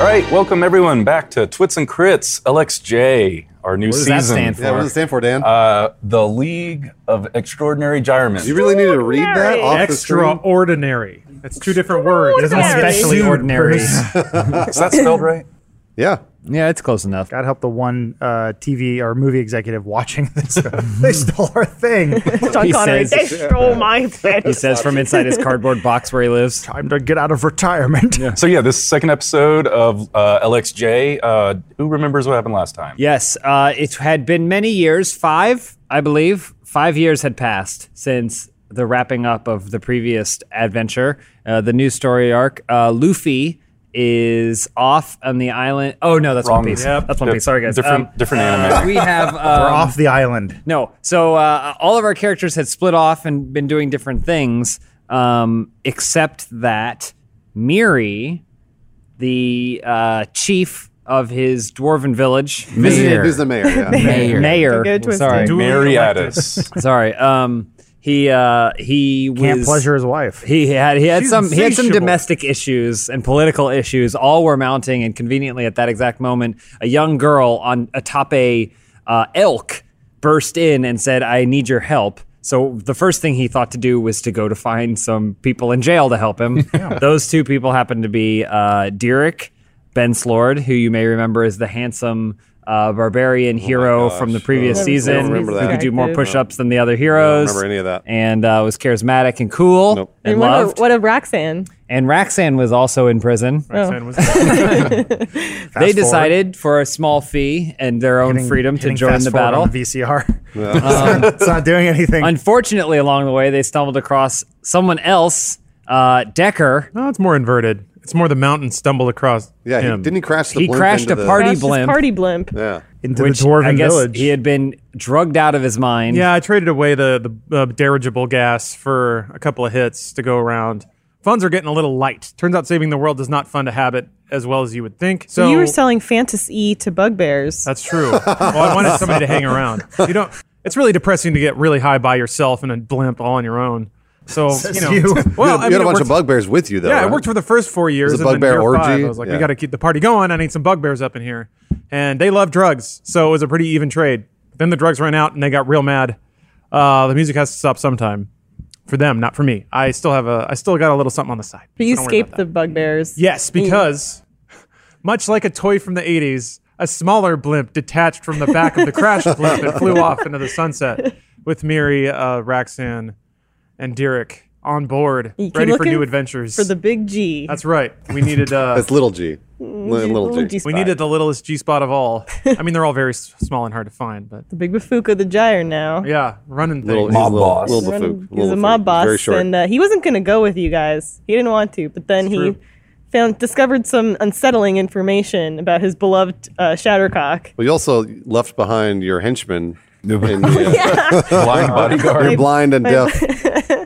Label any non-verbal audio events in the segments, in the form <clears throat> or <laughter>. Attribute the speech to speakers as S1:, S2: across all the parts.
S1: All right, welcome everyone back to Twits and Crits, LXJ, our new
S2: does
S1: season.
S2: that stand for?
S3: Yeah, what does it stand for, Dan?
S1: Uh, the League of Extraordinary Gyrements.
S3: you really need to read that off the screen?
S4: Extraordinary. That's two different words.
S2: There's no
S4: Ordinary.
S2: especially
S4: Sued
S2: ordinary.
S4: person.
S1: Is that <laughs> spelled right?
S3: Yeah.
S2: Yeah, it's close enough.
S4: God help the one uh, TV or movie executive watching this. <laughs> they stole our thing.
S2: He
S5: Sean Connery.
S2: says-
S5: They stole my thing.
S2: He says from inside his cardboard box where he lives.
S4: <laughs> Time to get out of <laughs> retirement.
S1: So yeah, this second episode of uh, LXJ. Uh, who remembers what happened last time?
S2: Yes, uh, it had been many years, five, I believe. Five years had passed since the wrapping up of the previous adventure, uh, the new story arc. Uh, Luffy is off on the island. Oh, no, that's
S1: Wrong.
S2: One Piece.
S1: Yep.
S2: That's One Piece. Sorry, guys.
S1: Different- different anime.
S2: uh, we
S1: <laughs>
S2: have. Um,
S4: We're off the island.
S2: No. So uh, all of our characters had split off and been doing different things, um, except that Miri, the uh, chief of his dwarven village,
S3: Mayor. Who's the mayor? Yeah.
S2: mayor, mayor,
S5: Don't get it twisted.
S2: sorry,
S4: Duly
S1: Mariatus.
S2: sorry. Um, he uh, he was,
S4: Can't pleasure his wife.
S2: He had he had
S4: She's
S2: some he had some
S4: insatiable.
S2: domestic issues and political issues. All were mounting, and conveniently at that exact moment, a young girl on atop a uh, elk burst in and said, "I need your help." So the first thing he thought to do was to go to find some people in jail to help him. Those two people happened to be uh, Derek Ben Slord, who you may remember is the handsome. Uh, barbarian hero
S3: Oh gosh. Oh,
S2: from the previous
S3: I don't
S2: season
S3: remember
S2: who
S3: that.
S2: could do more
S5: Attractive.
S2: push-ups than the other heroes
S3: remember any of that.
S2: and uh, was charismatic and cool
S3: Nope.
S2: and,
S5: And <laughs> what,
S2: loved.
S5: a, what a Roxanne.
S2: and Roxanne was also in prison.
S4: Roxanne was- Fast
S2: They
S4: forward.
S2: decided for a small fee and their own
S4: Hitting-
S2: freedom to
S4: hitting
S2: join
S4: fast
S2: the
S4: forward
S2: battle.
S4: on
S2: <laughs>
S4: VCR.
S3: Yeah.
S4: <laughs> it's not doing anything.
S2: Unfortunately, along the way, they stumbled across someone else, uh, Decker.
S6: No, it's more inverted. It's more the mountain stumbled across.
S3: Yeah, he,
S6: him.
S3: didn't he crash the
S2: He
S3: blimp
S2: crashed
S3: into
S2: a
S3: the-
S2: party-
S5: That's just
S2: blimp.
S5: Party blimp.
S3: Yeah.
S4: into
S2: which
S4: the dwarven
S2: I guess
S4: village.
S2: he had been drugged out of his mind.
S6: Yeah, I traded away the the uh, dirigible gas for a couple of hits to go around. Funds are getting a little light. Turns out saving the world is not fun to habit as well as you would think. So
S5: you were selling fantasy to bugbears.
S6: that's true. well, I wanted somebody to hang around. You don't. It's really depressing to get really high by yourself in a blimp all on your own. So you know,
S4: you.
S6: well,
S3: you
S6: I
S3: had
S6: mean,
S3: a
S6: it
S3: bunch
S6: worked-
S3: of bugbears with you, though.
S6: Yeah,
S3: right?
S6: it worked for the first four years.
S3: was a
S6: and then
S3: bugbear
S6: year Five,
S3: orgy.
S6: I was like,
S3: Yeah.
S6: we got to keep the party going. I need some bugbears up in here. And they love drugs, so it was a pretty even trade. Then the drugs ran out, and they got real mad. Uh, the music has to stop sometime. For them, not for me. I still have a. I still got a little something on the side.
S5: but you
S6: Don't worry about
S5: escaped the Mm. bugbears.
S6: that. Yes, because much like a toy from the '80s, a smaller blimp detached from the back of
S5: <laughs>
S6: the crashed blimp and flew off into the sunset with Miri, uh, Raxan, and Derek on board,
S5: You keep
S6: ready for
S5: looking
S6: new adventures.
S5: For the big G.
S6: That's right. We needed
S3: <laughs>
S6: uh,
S3: That's little G. Li- little G.
S5: G
S6: we
S5: spot.
S6: needed the littlest G spot of all. I mean, they're all very s- small and hard to find, but
S5: the big Bafuka the Gyre now.
S6: yeah, running
S3: Little,
S6: things.
S3: <laughs> he's
S1: Mob
S3: little,
S1: boss.
S3: Little
S5: Run-
S3: buffoon.
S5: He's
S3: Little
S5: a mob
S3: buffoon.
S5: boss,
S3: Very short.
S5: and uh, he wasn't going to go with you guys. He didn't want to, but then he
S6: true.
S5: found discovered some unsettling information about his beloved uh, Shattercock.
S3: well, you also left behind your henchman. in the,
S2: <laughs>
S3: uh,
S1: <laughs> Blind
S3: Your
S1: bodyguard.
S3: blind and deaf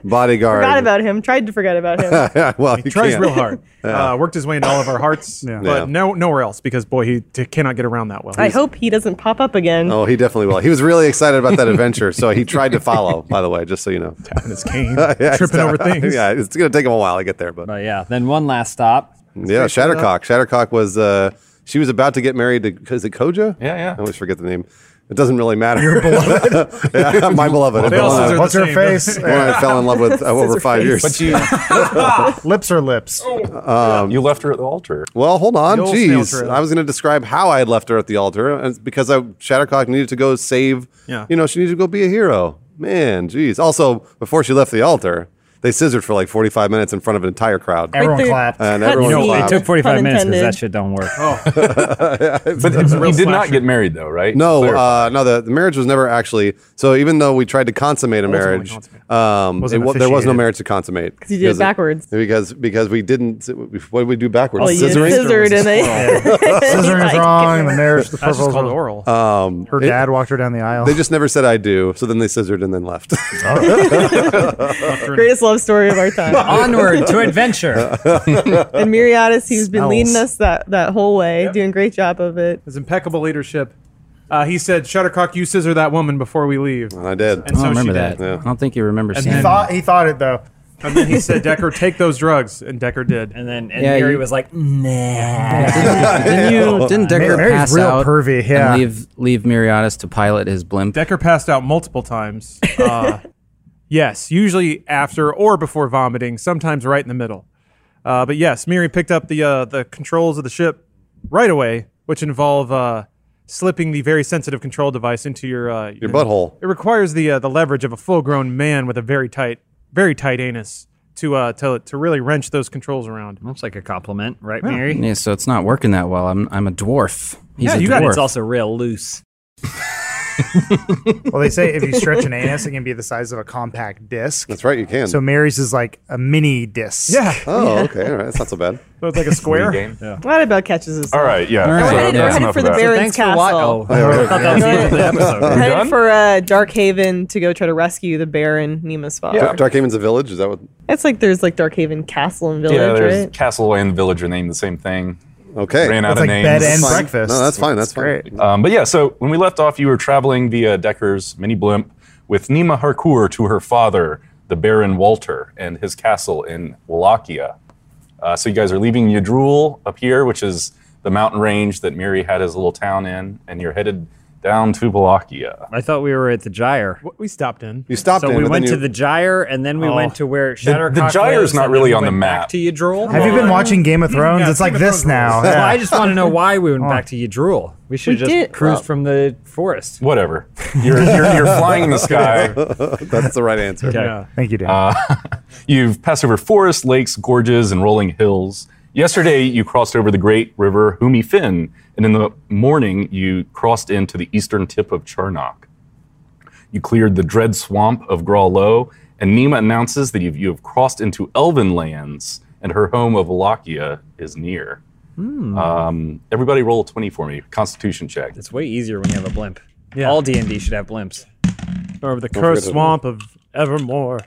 S3: bodyguard.
S5: Forgot about him. Tried to forget about him.
S3: <laughs> Yeah, well,
S6: He tries
S3: can't.
S6: real
S3: <laughs>
S6: hard. Uh, worked his way into all of our hearts, but
S3: Yeah.
S6: no, nowhere else because boy, he t- cannot get around that well.
S5: I hope he doesn't pop up again.
S3: Oh, he definitely will. He was really excited about that adventure, so he tried to follow. By the way, just so you know,
S6: Tapping his cane,
S3: <laughs> Yeah,
S6: tripping over things.
S3: <laughs> yeah, it's gonna take him a while to get there, but
S2: But yeah, then one last stop.
S3: Yeah, Shattercock. Shattercock was uh, she was about to get married to is it Koja?
S1: Yeah, yeah.
S3: I always forget the name. It doesn't really matter. Your beloved, <laughs> yeah, my beloved.
S6: They all
S3: The
S6: scissor
S3: one
S4: What's her
S6: same,
S4: <laughs> face?
S3: I- the one I fell in love with uh, over five years.
S1: But you,
S4: lips are lips.
S1: you left her at the altar.
S3: well, hold on,
S6: The old snail
S3: jeez.
S6: trail.
S3: I was going to describe how I had left her at the altar, and it's because I, Shattercock needed to go save.
S6: Yeah.
S3: you know, she needed to go be a hero. Man, jeez. Also, before she left the altar, they scissored for like forty-five minutes in front of an entire crowd.
S4: Everyone
S5: there.
S4: clapped.
S3: And
S5: Cut
S3: everyone
S5: scene.
S3: clapped.
S2: It took 45
S5: Pun
S2: minutes because that
S5: intended.
S2: shit don't work.
S4: Oh.
S1: But he did not
S6: slasher.
S1: get married though, right?
S3: No,
S1: Claire.
S3: uh, no, the, the marriage was never actually. So even though we tried to consummate a marriage,
S6: consummate.
S3: um,
S4: Wasn't
S3: it wa- there was no
S4: officiated.
S3: marriage to consummate because
S5: you did it backwards.
S3: Because because we didn't. What did we do backwards?
S5: Well, you
S3: Scissoring.
S5: scissored and they
S4: <laughs> Scissoring is wrong. and The marriage, the
S6: That's just called oral.
S4: proposal.
S3: Uh,
S4: Her
S3: It-
S4: dad walked her down the aisle.
S3: They just never said I do. So then they scissored and then left. <laughs>
S5: greatest love story of our
S3: <laughs>
S5: time.
S2: Onward
S4: <laughs>
S2: to adventure.
S5: and Miriatis, he's been
S4: Smells.
S5: leading us that, that whole way, doing a great job of it.
S6: his impeccable leadership. Uh, he said, "Shuttercock, you scissor that woman before we leave."
S3: <laughs> and I did.
S6: And so
S7: I don't
S6: she
S7: remember
S6: did.
S7: that. I don't think you remember
S6: And
S7: seeing
S6: then-
S7: that.
S4: thought he thought it though.
S6: And then he said, Decker, take those drugs. And Decker did.
S2: And then and
S7: Yeah,
S2: Mary
S7: you-
S2: was like, nah.
S7: didn't
S4: <laughs>
S7: you? Didn't Decker
S4: Mary's
S7: pass
S4: real
S7: out
S4: pervy, yeah.
S7: and leave leave Miriatis to pilot his blimp?
S6: Decker passed out multiple times. Uh, yes, usually after or before vomiting, sometimes right in the middle. Uh, but yes, Miri picked up the uh, the controls of the ship right away, which involve uh, slipping the very sensitive control device into your uh,
S3: Your butthole.
S6: It requires the uh, the leverage of a full grown man with a very tight, very tight anus to uh, to to really wrench those controls around.
S2: Looks like a compliment, right, Mary?
S7: Yeah, so it's not working that well. I'm I'm a dwarf. He's
S6: Yeah,
S7: a
S6: you
S7: dwarf.
S6: got it.
S2: It's also real loose.
S4: Well, they say if you stretch an anus, it can be the size of a compact disc.
S3: That's right, you can.
S4: So Mary's is like a mini disc.
S3: oh, okay. All right. That's not so bad.
S6: so it's like a square.
S1: Game.
S5: That about catches us.
S1: All right, yeah.
S7: All right.
S1: So
S5: We're headed,
S1: that's
S5: we're headed
S1: enough
S5: for
S1: of
S5: the
S1: that.
S5: Baron's Castle.
S2: for watching. I thought that was the end of the episode.
S5: We're headed
S1: done?
S5: for uh, Dark Haven to go try to rescue the Baron Nema's father.
S3: Dark Dark Haven's a village. Is that what?
S5: It's like there's like Dark Haven Castle and Village,
S1: yeah, there's
S5: right?
S1: Castle and Village are named the same thing.
S3: Okay.
S1: Ran out
S4: It's like
S1: of names.
S4: bed and
S3: Fine.
S4: breakfast.
S3: No, that's fine. That's, fine.
S4: great.
S1: Um, but yeah, so when we left off, you were traveling via Decker's mini blimp with Nima Harcourt to her father, the Baron Walter, and his castle in Wallachia. Uh, so you guys are leaving Yadrul up here, which is the mountain range that Miri had his little town in, and you're headed down to Wallachia.
S2: I thought we were at the Gyre.
S6: What- We stopped in.
S3: You stopped
S2: So
S3: in.
S2: we
S3: but then
S2: went to
S3: you-
S2: the Gyre, and then we went to where Shattercock
S1: the Gyre's
S2: lives,
S1: not
S2: and
S1: really
S2: then we
S1: on the
S2: went back
S1: map.
S2: To Yadrul.
S4: Have you been watching Game of Thrones?
S6: Yeah,
S4: it's like
S6: Game of
S4: this
S6: Thrones
S4: now.
S6: rules.
S2: Well, I
S4: Yeah.
S2: just want to know why we went back to Yadrul. We should have
S5: We
S2: just
S5: did- Oh.
S2: cruise from the forest.
S1: Whatever. You're, you're, you're flying
S4: <laughs>
S1: in the sky.
S3: That's the right answer.
S6: Yeah.
S4: Thank you, Dan.
S3: Uh,
S1: You've passed over forests, lakes, gorges, and rolling hills. Yesterday, you crossed over the great river Humi Fin, and in the morning, you crossed into the eastern tip of Charnock. You cleared the dread swamp of Graw Low, and Nima announces that you've, you have crossed into Elven lands, and her home of Wallachia is near. Um, everybody, roll a 20 for me. Constitution check.
S2: It's way easier when you have a blimp. All D and D should have blimps.
S6: Over the cursed
S3: forget it.
S6: swamp of evermore.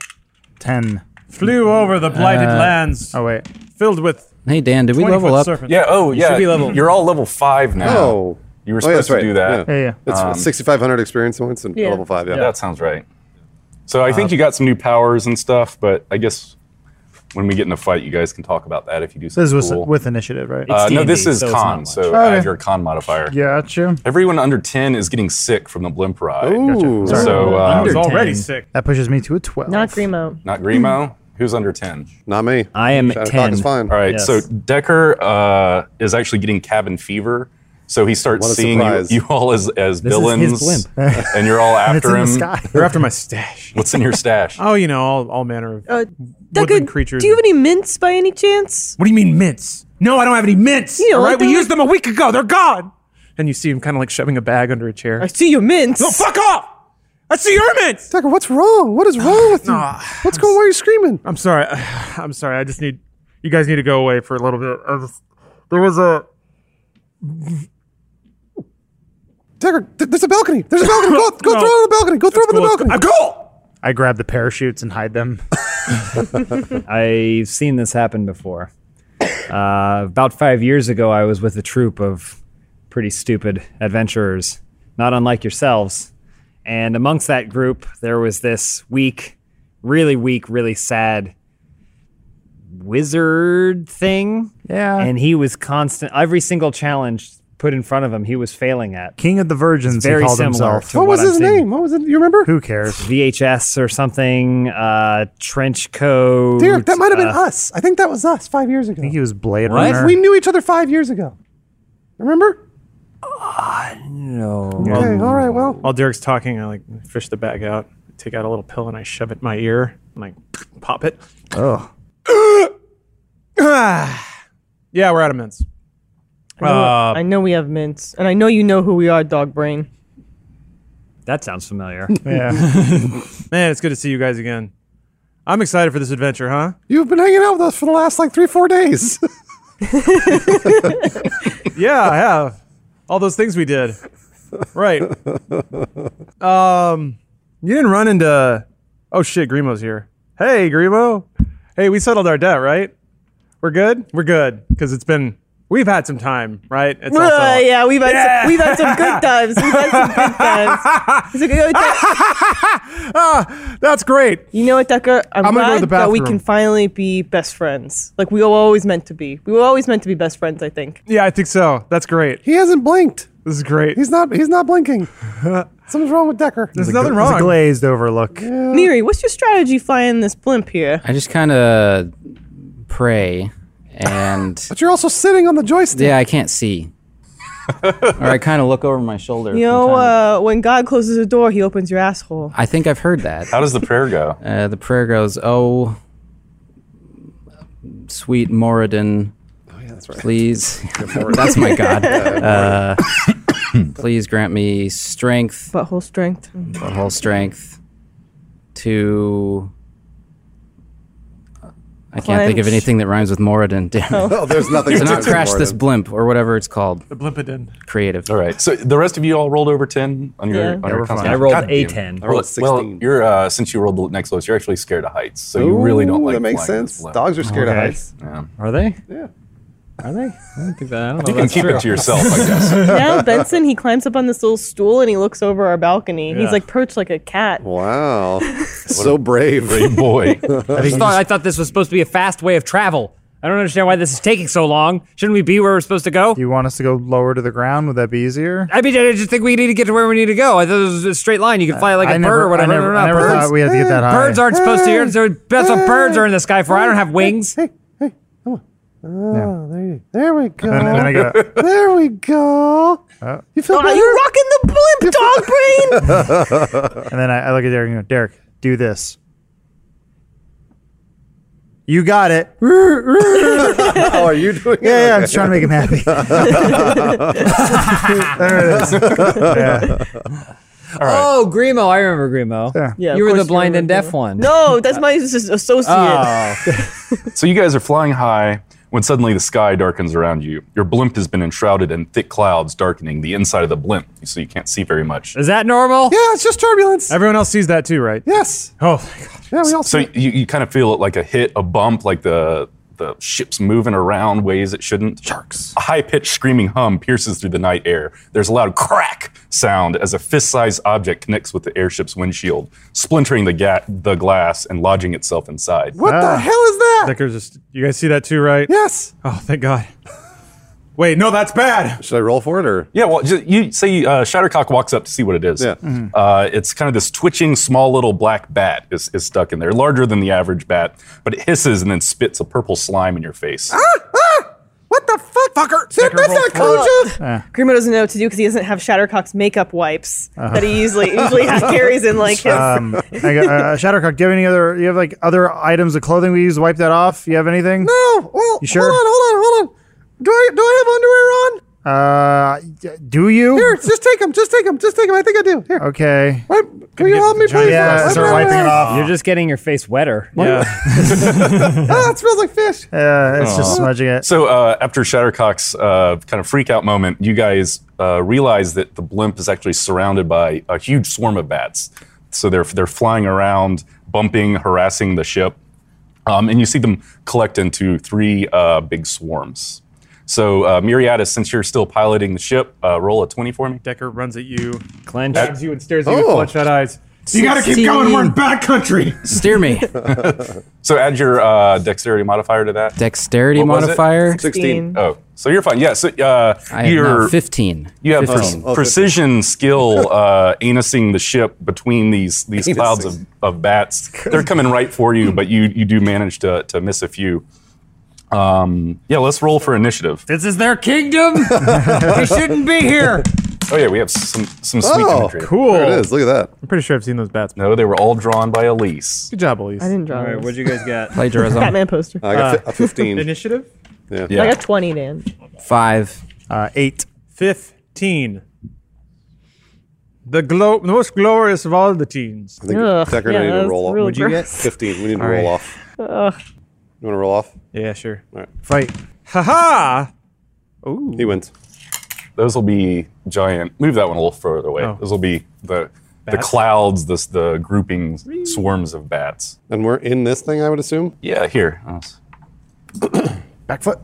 S4: Ten.
S6: Flew over the blighted lands.
S4: Oh wait.
S6: filled with
S7: Hey Dan, did we level up?
S1: Yeah, oh, yeah.
S2: be level-
S1: You're all level five now.
S3: Oh.
S1: You were
S3: Oh, yeah,
S1: supposed
S3: that's right.
S1: to do that.
S4: Yeah, yeah.
S3: It's 6,500 experience points and
S5: Yeah.
S3: level five. Yeah.
S1: That sounds right. So I think you got some new powers and stuff, but I guess when we get in a fight, you guys can talk about that if you do
S4: This
S1: something
S4: was
S1: cool.
S4: with initiative, right?
S1: uh, no,
S2: D&D,
S1: this is
S2: so it's not
S1: con,
S2: much.
S1: so
S4: Okay.
S1: add your con modifier.
S4: Gotcha.
S1: Everyone under 10 is getting sick from the blimp ride.
S3: Ooh.
S1: So um,
S6: was
S2: Under-
S6: already <laughs>
S2: 10.
S6: sick.
S4: That pushes me to a twelve.
S5: Not Grimo.
S1: not Grimo. Who's under 10?
S3: Not me.
S2: I am at
S3: Shadowcock
S2: ten.
S3: is fine.
S1: <laughs> All right,
S2: Yes.
S1: so Decker uh, is actually getting cabin fever. So he starts
S3: What a
S1: seeing you,
S3: surprise.
S1: you all as, as
S2: is
S1: villains,
S2: his
S1: and you're all
S4: And it's
S1: after
S4: in the
S1: him.
S4: sky.
S6: You're after my stash.
S1: What's in your stash?
S6: Oh, you know, all, all manner of.
S5: Uh, Ducka,
S6: Woodland creatures.
S5: do you have any mints by any chance?
S6: what do you mean mints? No, I don't have any mints.
S5: You know,
S6: all right,
S5: like
S6: we
S5: the-
S6: used them a week ago. They're gone. And you see him kind of like shoving a bag under a chair.
S5: I see your mints.
S6: oh, fuck off! I see your mints.
S3: Tucker, what's wrong? What is
S6: <sighs>
S3: wrong with you? What's going on? Why are you screaming?
S6: I'm sorry. <sighs> I'm sorry. I just need you guys need to go away for a little bit. I just, there was a
S3: Tucker, th- there's a balcony. There's a balcony.
S6: <coughs>
S3: Go, go
S6: No.
S3: throw it on the balcony. Go throw it on the balcony.
S6: I'm cool.
S4: I grab the parachutes and hide them.
S2: I've seen this happen before. Uh, about five years ago, I was with a troop of pretty stupid adventurers, not unlike yourselves. And amongst that group, there was this weak, really weak, really sad wizard thing.
S4: Yeah.
S2: And he was constant, every single challenge put in front of him, he was failing at.
S4: King of the Virgins.
S2: very
S4: he called
S2: similar
S4: himself.
S2: to-
S3: What was
S2: what I'm
S3: his
S2: seeing.
S3: name? What was it? You remember?
S4: Who cares?
S2: VHS or something, uh, trench coat.
S3: Derek, that might have been
S2: uh,
S3: us. I think that was us five years
S4: I
S3: ago.
S4: think he was Blade
S2: What?
S4: Runner.
S3: We knew each other five years ago. Remember?
S2: No.
S3: Okay. all right. Well,
S6: While Derek's talking, I like fish the bag out, take out a little pill, and I shove it in my ear and I pop it.
S4: oh,
S6: Yeah, we're out of mints.
S5: I know- I know we have mints, and I know you know who we are, Dog Brain.
S2: That sounds familiar.
S4: yeah.
S6: Man, it's good to see you guys again. I'm excited for this adventure, huh?
S3: you've been hanging out with us for the last like three, four days. <laughs>
S6: Yeah, I have. All those things we did. Right. Um, you didn't run into. Oh shit, Grimo's here. Hey, Grimo. Hey, we settled our debt, right? We're good. We're good because it's been We've had some time, right? It's
S5: Uh, yeah, we've had Some, we've had some good times. We've had some good
S6: <laughs>
S5: times. It's a good time.
S6: That's great.
S5: You know what, Tucker? I'm,
S6: I'm gonna
S5: glad
S6: go to the
S5: that we
S6: bathroom.
S5: can finally be best friends. Like we were always meant to be. We were always meant to be best friends. I think.
S6: Yeah, I think so. That's great.
S3: He hasn't blinked.
S6: This is great.
S3: He's not. He's not blinking. Something's wrong with Decker.
S6: There's nothing
S4: It's a
S6: wrong.
S4: glazed overlook.
S5: Neri, what's your strategy flying this blimp here?
S7: I just kind of pray,
S4: <laughs>
S7: and
S3: But you're also sitting on the joystick.
S7: yeah, I can't see. or I kind of look over my shoulder.
S5: You
S7: from
S5: know,
S7: time to-
S5: uh, when God closes a door, He opens your asshole.
S7: I think I've heard that.
S1: How does the prayer go?
S7: Uh, the prayer goes, "Oh, sweet Moradin,
S1: Oh,
S3: that's right.
S1: <laughs>
S7: please." <laughs> that's my god. Uh, <coughs> please grant me strength,
S5: Butthole
S6: <laughs>
S5: strength.
S7: whole strength, to. I can't think of
S5: Clench.
S7: anything that rhymes with Moradin. Damn <laughs> it.
S3: Oh, there's <laughs> nothing.
S7: To not
S3: to
S7: crash
S3: more
S7: this
S3: than-
S7: blimp or whatever it's called.
S6: The Blimpidin.
S7: Creative.
S1: All right. So the rest of you all rolled over ten on your
S5: Yeah.
S1: on
S5: Yeah,
S1: your
S4: we're fine.
S1: constitution?
S2: I rolled
S1: God
S2: a
S1: damn.
S2: ten.
S3: I rolled
S1: Well,
S3: 16.
S1: you're uh, since you rolled the next lowest, you're actually scared of heights, so you really don't
S3: Ooh,
S1: like.
S3: That makes
S1: flying this
S3: sense.
S1: low.
S3: Dogs are scared
S2: Okay.
S3: of heights.
S1: Yeah.
S2: Are they?
S3: Yeah.
S2: Are they? I don't think that. I don't know.
S1: You can keep it to yourself, I
S3: <laughs>
S1: guess.
S5: now Benson, he climbs up on this little stool and he looks over our balcony. He's like perched like a cat.
S3: Wow. so brave.
S1: Great boy.
S2: I, just thought, I thought this was supposed to be a fast way of travel. I don't understand why this is taking so long. Shouldn't we be where we're supposed to go?
S4: Do you want us to go lower to the ground? Would that be easier?
S2: I mean, I just think we need to get to where we need to go. I thought it was a straight line. You can fly like a
S4: I never,
S2: bird or whatever.
S4: I never,
S2: No, no,
S4: I
S2: no,
S4: never
S2: birds,
S4: thought we had to get that high.
S2: birds aren't supposed to. You're, so that's what birds are in the sky for. I don't have wings.
S3: Oh, there, you, there we
S4: <laughs> <laughs> And then I
S3: go.
S4: go,
S3: there we go. You feel
S5: Oh,
S3: better?
S5: you're rocking the blimp, dog brain.
S4: and then I, I look at Derek and go, Derek, do this. You
S2: <laughs>
S4: got it. Yeah,
S3: How are you doing? it?
S4: yeah, I'm just trying to make
S2: <laughs>
S4: him happy. there it is. Yeah.
S2: Oh, Grimo. I remember Grimo.
S4: Yeah.
S5: Yeah, of
S2: you were
S5: course
S2: the
S5: you
S2: blind and
S5: remember
S2: deaf
S5: Grimo.
S2: one.
S5: No, that's my s- s- associate.
S6: Ah.
S2: Oh.
S1: So you guys are flying high when suddenly the sky darkens around you. Your blimp has been enshrouded in thick clouds, darkening the inside of the blimp, so you can't see very much.
S2: Is that normal?
S3: Yeah, it's just turbulence.
S6: Everyone else sees that too, right?
S3: yes.
S6: Oh, thank God.
S3: Yeah, we all
S1: So
S3: see. it.
S1: you, you kind of feel it like a hit, a bump, like the the ship's moving around ways it shouldn't. Sharks. A high-pitched screaming hum pierces through the night air. There's a loud crack sound as a fist-sized object connects with the airship's windshield, splintering the ga- the glass and lodging itself inside.
S3: What the hell is that?
S6: Decker's just. You guys see that too, right?
S3: yes.
S6: Oh, thank God. Wait, no, that's bad.
S3: Should I roll for it or?
S1: Yeah, well, ju- you say uh, Shattercock walks up to see what it is.
S3: Yeah.
S1: Uh, it's kind of this twitching, small little black bat is, is stuck in there, larger than the average bat, but it hisses and then spits a purple slime in your face.
S3: Ah! What the fuck, fucker? See, that's not Koja.
S5: Grimo doesn't know what to do because he doesn't have Shattercock's makeup wipes
S6: Uh-huh.
S5: that he usually usually
S6: <laughs>
S5: ha- carries in like his. <laughs>
S4: Um, I go, uh, Shattercock, do you have any other? You have like other items of clothing we use? to Wipe that off. You have anything?
S3: No. Well,
S4: You sure?
S3: Hold on, hold on, hold on. Do I do I have underwear on?
S4: Uh, y- do you?
S3: Here, just take them. Just take them. Just take them. I think I do. Here.
S4: Okay.
S3: Wait, can you help me, please?
S2: uh,
S4: Yeah,
S3: I'm
S4: start
S3: not
S4: wiping it
S3: aware.
S4: off.
S2: You're just getting your face wetter.
S6: Yeah.
S3: Ah, it smells like fish.
S4: Yeah, it's just smudging it.
S1: So uh, after Shattercock's uh, kind of freak out moment, you guys uh, realize that the blimp is actually surrounded by a huge swarm of bats. So they're they're flying around, bumping, harassing the ship, um, and you see them collect into three uh, big swarms. So uh, Miriatis, since you're still piloting the ship, uh, roll a twenty for me.
S6: Decker runs at you,
S2: Clench.
S6: grabs you, and stares at you with
S3: Oh.
S6: bloodshot eyes. You gotta keep going. We're in bad country.
S7: Steer
S1: <laughs>
S7: me.
S1: So add your uh, dexterity modifier to that.
S7: Dexterity
S1: What was it?
S7: modifier.
S3: 16.
S1: oh, so you're fine. Yeah. So uh,
S7: I have
S1: you're
S7: no, 15.
S1: You have pre-
S7: 15.
S3: Oh,
S1: precision skill uh, anusing the ship between these these
S3: Anusing.
S1: clouds of, of bats. They're coming right for you, but you you do manage to, to miss a few. Um, yeah, let's roll for initiative.
S2: This is their
S4: <laughs>
S2: kingdom. we shouldn't be here.
S1: Oh yeah, we have some some sweet
S3: Oh,
S1: imagery.
S6: Cool.
S3: There it is. Look at that.
S6: I'm pretty sure I've seen those bats.
S1: No, they were all drawn by Elise.
S6: Good job, Elise.
S5: I didn't draw
S2: All right,
S5: this.
S2: what'd you guys get?
S7: Plagiarism.
S5: Batman poster.
S3: I got fi- a 15.
S6: Initiative
S1: Uh, Yeah.
S5: I got twenty, Dan.
S7: Five.
S4: Uh, eight.
S6: 15. The glow, the most glorious of all the teens.
S3: I
S5: <laughs>
S3: think
S5: Ugh,
S3: Decker and
S5: yeah,
S3: I need
S5: that's
S3: to roll off.
S5: real
S3: Would you get?
S5: gross.
S3: 15. We need to roll off. You want to roll off?
S6: Yeah, sure.
S4: Fight.
S6: Haha!
S3: He wins.
S1: Those will be giant. Move that one a little further away.
S6: Oh.
S1: Those will be the the clouds, this the grouping swarms of bats.
S3: And we're in this thing, I would assume.
S1: Yeah, here.
S4: Back foot.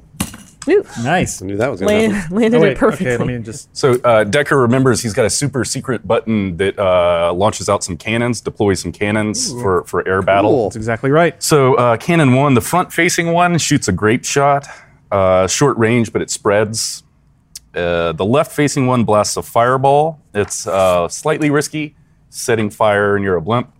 S5: Ooh,
S2: Nice.
S3: I knew that was going to
S5: <laughs>
S3: happen.
S5: land, landed
S6: Oh,
S5: it
S6: wait,
S5: perfectly.
S6: okay, let me just.
S1: So uh, Decker remembers he's got a super secret button that uh, launches out some cannons, deploys some cannons for, for air battle.
S3: Cool.
S6: That's exactly right.
S1: So uh, cannon one, the front-facing one, shoots a grape shot, uh, short range, but it spreads. Uh, the left-facing one blasts a fireball. It's uh, slightly risky, setting fire near a blimp.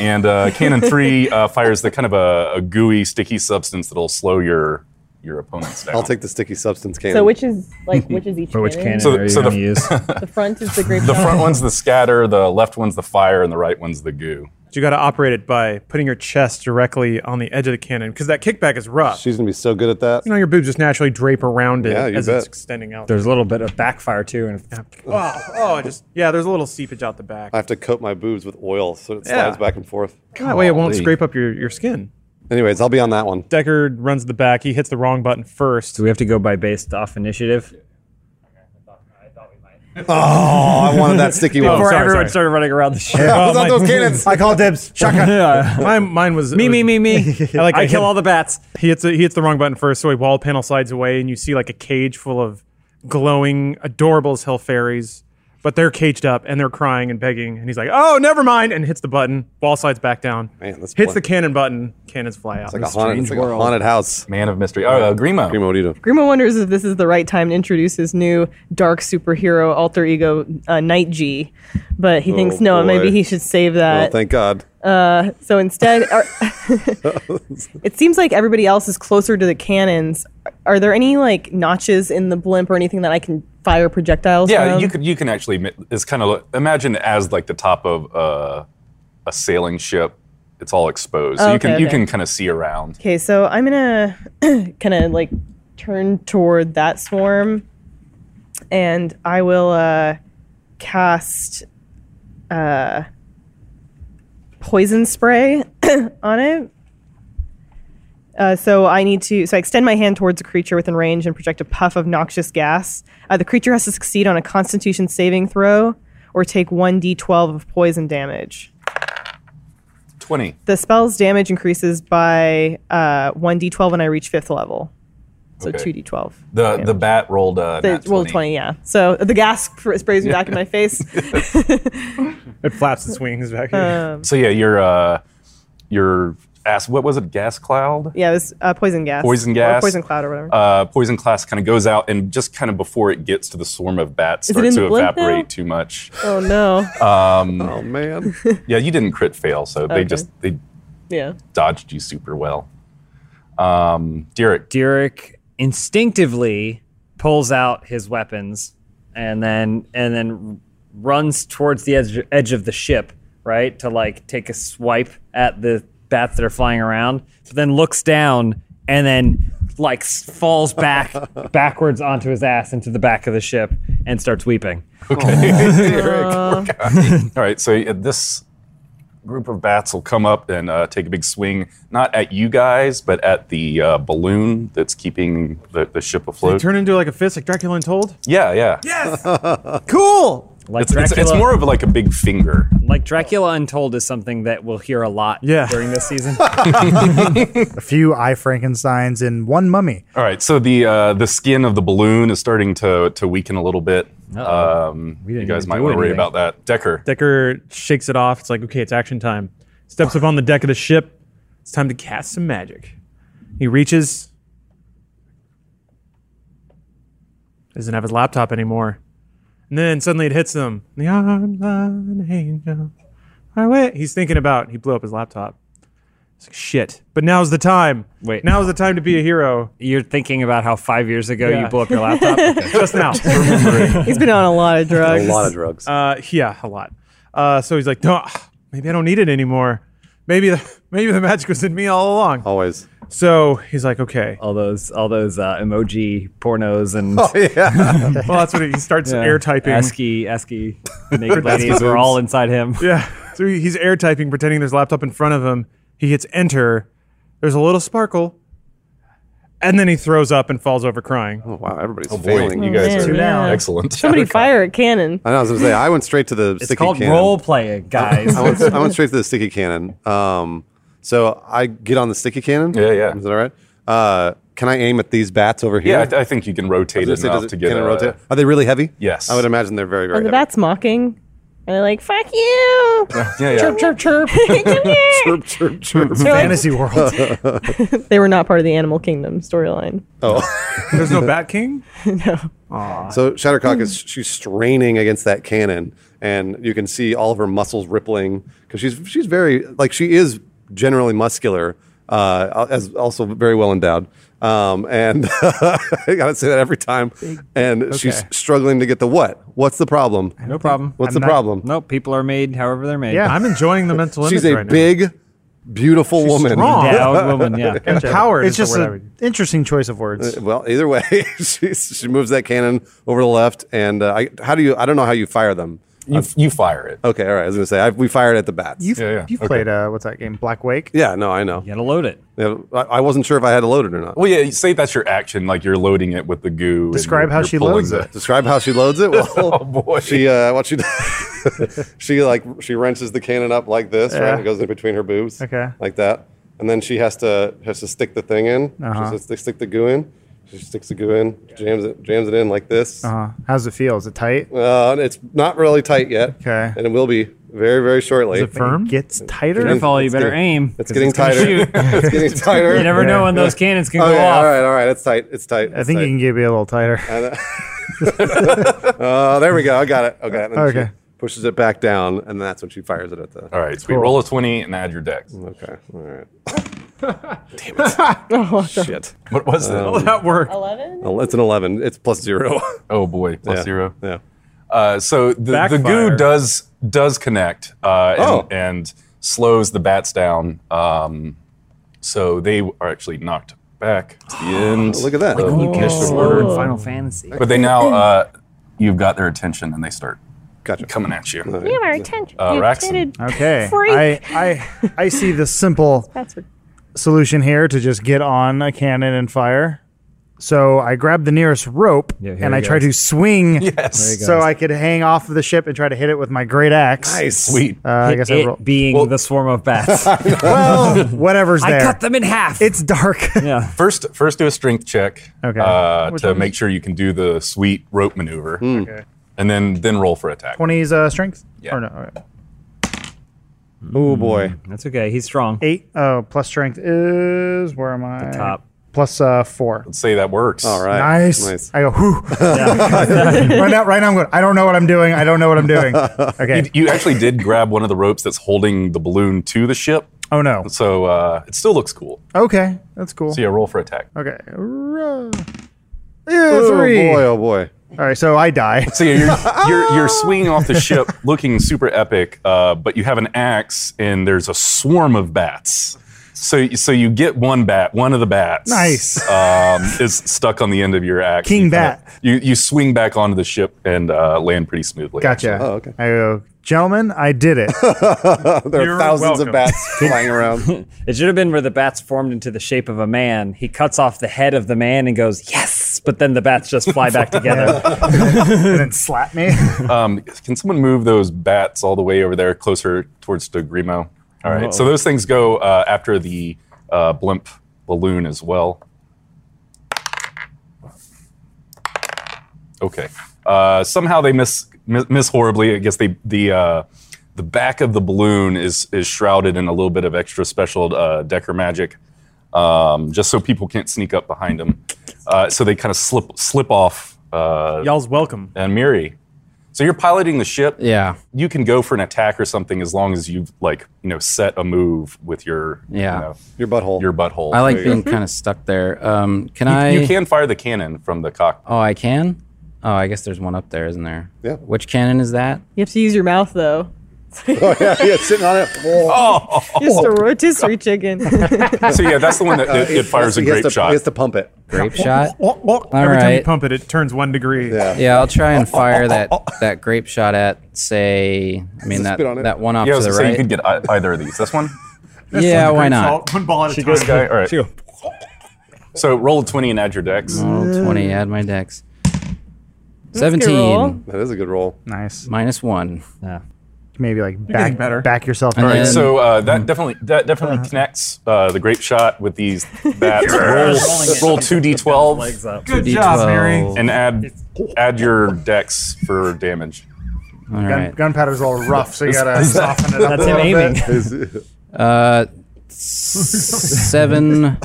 S1: And uh,
S3: <laughs>
S1: cannon three uh, fires the kind of a, a gooey, sticky substance that'll slow your your opponent's down.
S3: I'll take the sticky substance can.
S5: So which is like which
S6: <laughs>
S5: is each
S2: Which
S5: cannon?
S2: cannon
S1: So-
S2: are you
S1: so the-
S2: going to use?
S5: The front is the grape
S1: the
S5: shot.
S1: front one's the scatter, the left one's the fire, and the right one's the goo.
S6: But you got to operate it by putting your chest directly on the edge of the cannon because that kickback is rough.
S3: She's going to be so good at that.
S6: you know, your boobs just naturally drape around it
S3: Yeah, you
S6: as it's
S3: bet.
S6: extending out.
S2: There's a little bit of backfire too, and
S6: oh, oh, just yeah. There's a little seepage out the back.
S3: I have to coat my boobs with oil so it
S6: Yeah.
S3: slides back and forth.
S6: that way, it won't
S1: golly.
S6: scrape up your, your skin.
S3: Anyways, I'll be on that one.
S6: Deckard runs the back. He hits the wrong button first.
S2: do we have to go by based off initiative?
S3: Oh, I wanted
S6: <laughs>
S3: that sticky one.
S2: Before
S6: sorry,
S2: everyone
S6: sorry.
S2: started running around the ship.
S3: I was
S6: Oh,
S3: on
S6: my-
S3: those cannons.
S4: I call dibs. Shotgun.
S6: <laughs>
S2: <laughs> yeah.
S6: My, mine was
S2: Me, me, me, me. I,
S6: like- I
S2: kill
S6: hit-
S2: all the bats.
S6: He hits a, he hits the wrong button first, so a wall panel slides away, and you see like a cage full of glowing, adorable as hell fairies. But they're caged up and they're crying and begging, and he's like, "Oh, never mind!" and hits the button. Wall slides back down.
S3: Man, this
S6: hits
S3: blunt-
S6: the cannon button. Cannons fly out.
S3: Like a haunted, it's like a haunted house.
S1: Man of mystery. Oh, uh, Grimo.
S3: Primo, what do you do?
S5: Grima wonders if this is the right time to introduce his new dark superhero alter ego, uh, Night G, but he
S1: Oh,
S5: thinks no,
S3: boy.
S5: maybe he should save
S3: Well,
S5: that.
S3: Oh, thank God.
S5: so instead, are, it seems like everybody else is closer to the cannons. Are there any like notches in the blimp or anything that I can fire projectiles?
S1: Yeah,
S5: from?
S1: you could you can actually mi- it's kind of imagine as like the top of uh, a sailing ship. It's all exposed, so you can
S5: Okay,
S1: you
S5: okay.
S1: can kind of see around.
S5: Okay, so I'm gonna <clears throat> kind of like turn toward that swarm, and I will uh, cast uh, poison spray <clears throat> on it. Uh, so I need to. So I extend my hand towards a creature within range and project a puff of noxious gas. Uh, the creature has to succeed on a Constitution saving throw or take one d12 of poison damage.
S1: Twenty.
S5: The spell's damage increases by uh, 1d12 when I reach fifth level. So
S1: Okay.
S5: 2d12.
S1: The the bat rolled uh,
S5: The,
S1: nat
S5: well, 20, yeah. So the gas <laughs> fr- sprays me back in my face.
S6: It flaps its wings back.
S1: So yeah, your uh, your ass. What was it? Gas cloud.
S5: Yeah, it was uh, poison gas.
S1: Poison
S5: Or
S1: gas.
S5: poison cloud or whatever.
S1: Uh, poison class kind of goes out and just kind of before it gets to the swarm of bats
S5: Is it
S1: starts
S5: in
S1: to
S5: the blimp now?
S1: evaporate too much.
S5: oh, no.
S1: uh,
S3: Oh man,
S1: yeah, you didn't crit fail, so they
S5: Okay.
S1: just they
S5: yeah.
S1: dodged you super well. Um, Derek,
S2: Derek instinctively pulls out his weapons and then and then runs towards the edge, edge of the ship, right, to like take a swipe at the bats that are flying around. But then looks down and then like s- falls back backwards onto his ass into the back of the ship and starts weeping.
S1: All right, so uh, this group of bats will come up and uh, take a big swing, not at you guys, but at the uh, balloon that's keeping the, the ship afloat.
S6: Turn into like a fist, like Dracula Untold.
S1: yeah, yeah. yeah
S6: Cool.
S2: Like
S1: it's, it's, it's more of like a big finger.
S2: like Dracula Untold is something that we'll hear a lot
S6: Yeah.
S2: during
S6: <laughs>
S2: this season.
S4: A few I Frankenstein's and one mummy.
S1: All right, so the uh, the skin of the balloon is starting to, to weaken a little bit.
S2: Uh-oh.
S1: Um,
S2: didn't
S1: you guys
S2: even
S1: might
S2: do
S1: want to worry
S2: anything.
S1: about that. Decker,
S6: Decker shakes it off. It's like, okay, it's action time. Steps up on the deck of the ship. It's time to cast some magic. He reaches. Doesn't have his laptop anymore. And then suddenly it hits him. The arms of an angel. I wait. He's thinking about. He blew up his laptop. It's like shit. But now's the time.
S2: Wait.
S6: Now's the time to be a hero.
S2: You're thinking about how five years ago
S6: Yeah.
S2: you blew up
S6: <laughs>
S2: your laptop.
S6: Just now.
S5: He's been on a lot
S1: <laughs>
S5: of
S3: a
S5: drugs.
S3: lot of drugs.
S1: Oh.
S6: Uh, yeah, a lot. Uh, so he's like, no, maybe I don't need it anymore. Maybe the <laughs> maybe the magic was in me all along.
S3: Always.
S1: <laughs>
S3: <laughs>
S6: So he's like, okay.
S2: all those all those uh, emoji pornos and
S3: Yeah.
S6: Well, that's what he, he starts
S2: uh,
S6: Oh, air typing.
S2: ASCII ASCII naked ladies were all inside him.
S6: <laughs> Yeah. So he- he's air typing, pretending there's a laptop in front of him. He hits enter. There's a little sparkle, and then he throws up and falls over crying.
S3: Oh, wow, everybody's
S1: boy,
S3: failing.
S1: you guys
S5: man,
S1: are
S5: yeah.
S1: excellent. Uh,
S5: Somebody fire a cannon.
S3: I know. I was gonna say I went straight to the
S2: It's
S3: sticky
S2: called
S3: cannon.
S2: role <laughs> playing, guys.
S3: I went, I went straight to the sticky cannon. Um, so I get on the sticky cannon.
S1: Yeah, yeah.
S3: Is that all right? Uh, can I aim at these bats over here?
S1: <laughs> Yeah, I, th- I think you can rotate
S3: Does
S1: it
S3: it-
S1: enough
S3: does it-
S1: to get
S3: can it
S1: a-
S3: rotate? Are they really heavy?
S1: Yes.
S3: I would imagine they're very, very
S5: Oh, the
S3: heavy.
S5: bat's mocking. And they're like, fuck you.
S1: <laughs> Yeah, yeah.
S5: chirp, chirp. <laughs> Come here.
S1: <laughs>
S3: <laughs>
S4: Fantasy world.
S5: They were not part of the Animal Kingdom storyline.
S6: There's no Bat
S3: <laughs>
S6: King.
S3: So Shattercock
S6: Hmm.
S3: is she's straining against that cannon, and you can see all of her muscles rippling because she's she's very like she is generally muscular, uh, as also very well endowed. Um, and <laughs> I gotta say that every time. And she's
S6: Okay.
S3: struggling to get the what? What's the problem?
S6: No problem.
S3: What's the
S4: not-
S3: problem?
S2: Nope, people are made however they're made.
S4: Yeah.
S6: I'm enjoying the mental image
S3: she's a
S6: right now.
S3: big, beautiful woman.
S6: strong. <laughs>
S2: Yeah, old woman, yeah.
S6: Empowered.
S4: It's
S6: is
S4: just
S6: the word I
S4: an
S6: would-
S4: interesting choice of words.
S3: Well, either way, <laughs> she she moves that cannon over to the left, and uh, I, how do you? I don't know how you fire them.
S1: You, you fire it.
S3: Okay, all right. I was gonna say I, we fired at the bats.
S4: You've,
S1: Yeah, yeah.
S4: you've
S1: Okay.
S4: played, uh, what's that game? Black Wake?
S3: yeah, no, I know.
S2: You gotta load it.
S3: Yeah, I, I wasn't sure if I had to load it or not.
S1: Well, yeah, you say that's your action, like you're loading it with the goo. and
S4: Describe
S1: you're-
S4: how
S1: you're
S4: she
S1: pulling
S4: loads
S1: the-
S4: it.
S3: Describe how she loads it. Well,
S1: Oh, <laughs> boy.
S3: she uh, what she <laughs> does, she like she wrenches the cannon up like this, right?
S4: Yeah.
S3: And it goes in between her boobs,
S4: Okay.
S3: like that. And then she has to has to stick the thing in.
S4: Uh-huh.
S3: She has to stick the goo in. She sticks the goo in, jams it, jams it in like this. uh
S4: Uh, how's it feel? Is it tight?
S3: it's not really tight yet.
S4: Okay.
S3: And it will be very very shortly.
S6: Is it firm?
S4: It gets tighter?
S2: Careful, you
S3: it's
S2: better
S3: getting-
S2: aim.
S3: It's
S2: 'cause
S3: getting
S2: gonna
S3: tighter.
S2: shoot.
S3: <laughs> it's getting tighter.
S2: You never know
S4: Yeah.
S2: when those cannons can go
S3: Okay,
S2: off.
S3: all right, all right. It's tight. It's tight.
S4: I think you can get be a little tighter.
S3: Oh, there we go. I got it. Okay. And then
S4: Okay.
S3: she pushes it back down, and that's when she fires it at the.
S1: <laughs> All right, sweet. Roll a 20 and add your dex.
S3: Okay. All right.
S5: Oh,
S3: Shit.
S1: What was that?
S6: Will
S4: um,
S6: that work?
S5: 11?
S3: Well, it's an 11. It's plus zero.
S1: Oh, boy.
S3: <laughs>
S1: Plus
S3: Yeah.
S1: zero.
S3: Yeah.
S1: Uh, so the, the
S6: Backfire.
S1: goo does does connect uh, and,
S3: Oh.
S1: and slows the bats down. Um, so they are actually knocked back to the end.
S3: look at that.
S1: of
S3: Like
S1: the initiative
S2: We're in
S1: order.
S2: Final Fantasy.
S1: But they now uh, you've got their attention and they start
S3: Gotcha.
S1: coming at you.
S5: You are attention.
S1: Uh,
S5: you
S1: Raxon.
S5: titted
S4: <laughs> Okay.
S5: <laughs> Freak.
S4: I, I I see the simple
S5: <laughs> That's what.
S4: solution here to just get on a cannon and fire. So I grab the nearest rope
S2: Yeah, here
S4: and
S2: he
S4: I try
S2: goes.
S4: to swing
S1: Yes.
S4: so I could hang off of the ship and try to hit it with my great axe.
S3: Nice.
S1: Sweet.
S4: Uh, I guess I
S2: it
S4: roll.
S2: being the swarm of <laughs> bats.
S4: Well, whatever's
S2: I
S4: there.
S2: cut them in half.
S4: it's <laughs> dark.
S2: yeah.
S1: First, first do a strength check
S4: Okay.
S1: uh,
S4: Which
S1: to
S4: one's-
S1: make sure you can do the sweet rope maneuver,
S3: Hmm.
S4: Okay.
S1: and then then roll for attack.
S4: 20's uh, strength?
S1: Yeah.
S4: Or no, okay.
S3: Oh, boy.
S2: That's okay. He's strong.
S4: Eight. Oh, plus strength is where am I?
S2: Top.
S4: Plus uh, four.
S1: Let's say that works.
S3: All right.
S4: Nice. I go, whew. <laughs> right now, right now I'm going, I don't know what I'm doing. I don't know what I'm doing.
S2: <laughs>
S4: Okay.
S1: You actually did grab one of the ropes that's holding the balloon to the ship,
S4: Oh no.
S1: so uh, it still looks cool.
S4: Okay. That's cool.
S1: So yeah, roll for attack.
S4: Okay. Roll. Yeah,
S3: Oh,
S4: three.
S3: boy. Oh, boy.
S4: All right, so
S2: <laughs>
S4: I die.
S1: <laughs> So yeah, you're, you're
S4: <laughs>
S1: you're
S4: Oh.
S1: swinging off the ship, looking super epic, uh, but you have an axe and there's a swarm of bats. So so you get one bat, one of the bats.
S4: Nice.
S1: Um, is stuck on the end of your axe.
S4: King
S1: You kinda-
S4: bat.
S1: you you swing back onto the ship and uh, land pretty smoothly.
S4: Gotcha.
S3: Oh, okay.
S4: I go, gentlemen, I did
S3: <laughs>
S4: it.
S3: There are
S6: You're
S3: thousands
S6: welcome.
S3: of bats flying around.
S2: It should have been where the bats formed into the shape of a man. He cuts off the head of the man and goes, yes. But then the bats just
S7: <laughs>
S2: fly back together.
S4: and then slap
S3: <laughs>
S4: me.
S1: Um, can someone move those bats all the way over there, closer towards to Grimo? All right. So those things go uh, after the uh, blimp balloon as well. Okay. Uh, somehow they miss, miss miss horribly. I guess they the uh, the back of the balloon is is shrouded in a little bit of extra special uh, Decker magic, um, just so people can't sneak up behind them. Uh, so they kind of slip slip off. Uh,
S6: Y'all's welcome.
S1: and Miri. So you're piloting the ship.
S7: Yeah.
S1: You can go for an attack or something as long as you've like you know set a move with your
S7: Yeah.
S1: you know,
S3: Your butthole.
S1: your butthole.
S7: I like being kind of stuck there. Um, can I?
S1: You can fire the cannon from the cockpit.
S7: Oh, I can. Oh, I guess there's one up there, isn't there?
S3: Yeah.
S7: Which cannon is that?
S5: You have to use your mouth, though.
S3: oh, yeah, yeah. Sitting on it. Oh,
S5: Just a rotisserie chicken.
S1: <laughs>
S7: Oh.
S1: so yeah, Uh, that's the one <laughs> that it, it fires a
S3: He has
S1: grape
S3: to-
S1: shot.
S3: He has to pump it.
S1: <laughs>
S7: Grape shot.
S6: Walk, walk. Every time you
S7: right.
S6: pump it, it turns one degree.
S3: Yeah.
S7: Yeah, I'll try and fire
S3: <laughs>
S7: that that grape shot at say. I mean that
S3: spit on it.
S7: that one off
S1: yeah, I
S7: to
S1: was
S7: the
S1: gonna say you
S7: right.
S1: could get ei- either of these. This <laughs> one.
S7: yeah, why
S6: It's
S7: not?
S6: all- One ball at a time.
S1: This guy. All right. So roll a twenty and add your dex.
S7: Roll twenty. Add my dex.
S5: roll.
S7: Seventeen
S3: That is a good roll.
S4: nice.
S7: minus one.
S2: Yeah.
S4: maybe like back
S6: better.
S4: back yourself.
S7: And
S1: All right,
S7: then-
S1: so uh,
S7: Mm.
S1: that definitely that definitely
S7: Uh-huh.
S1: connects uh, the grape shot
S7: <laughs>
S1: with these bats. roll roll two d
S2: <laughs>
S1: twelve
S2: Legs up.
S6: Good
S7: D12.
S6: job, Mary.
S1: and add add your dex for damage.
S7: All
S4: Gun,
S7: right.
S4: Gunpowder's all
S2: <laughs>
S4: rough, so you gotta soften it up.
S2: That's
S4: a
S2: him
S4: little
S2: aiming.
S4: bit.
S7: Uh, seven.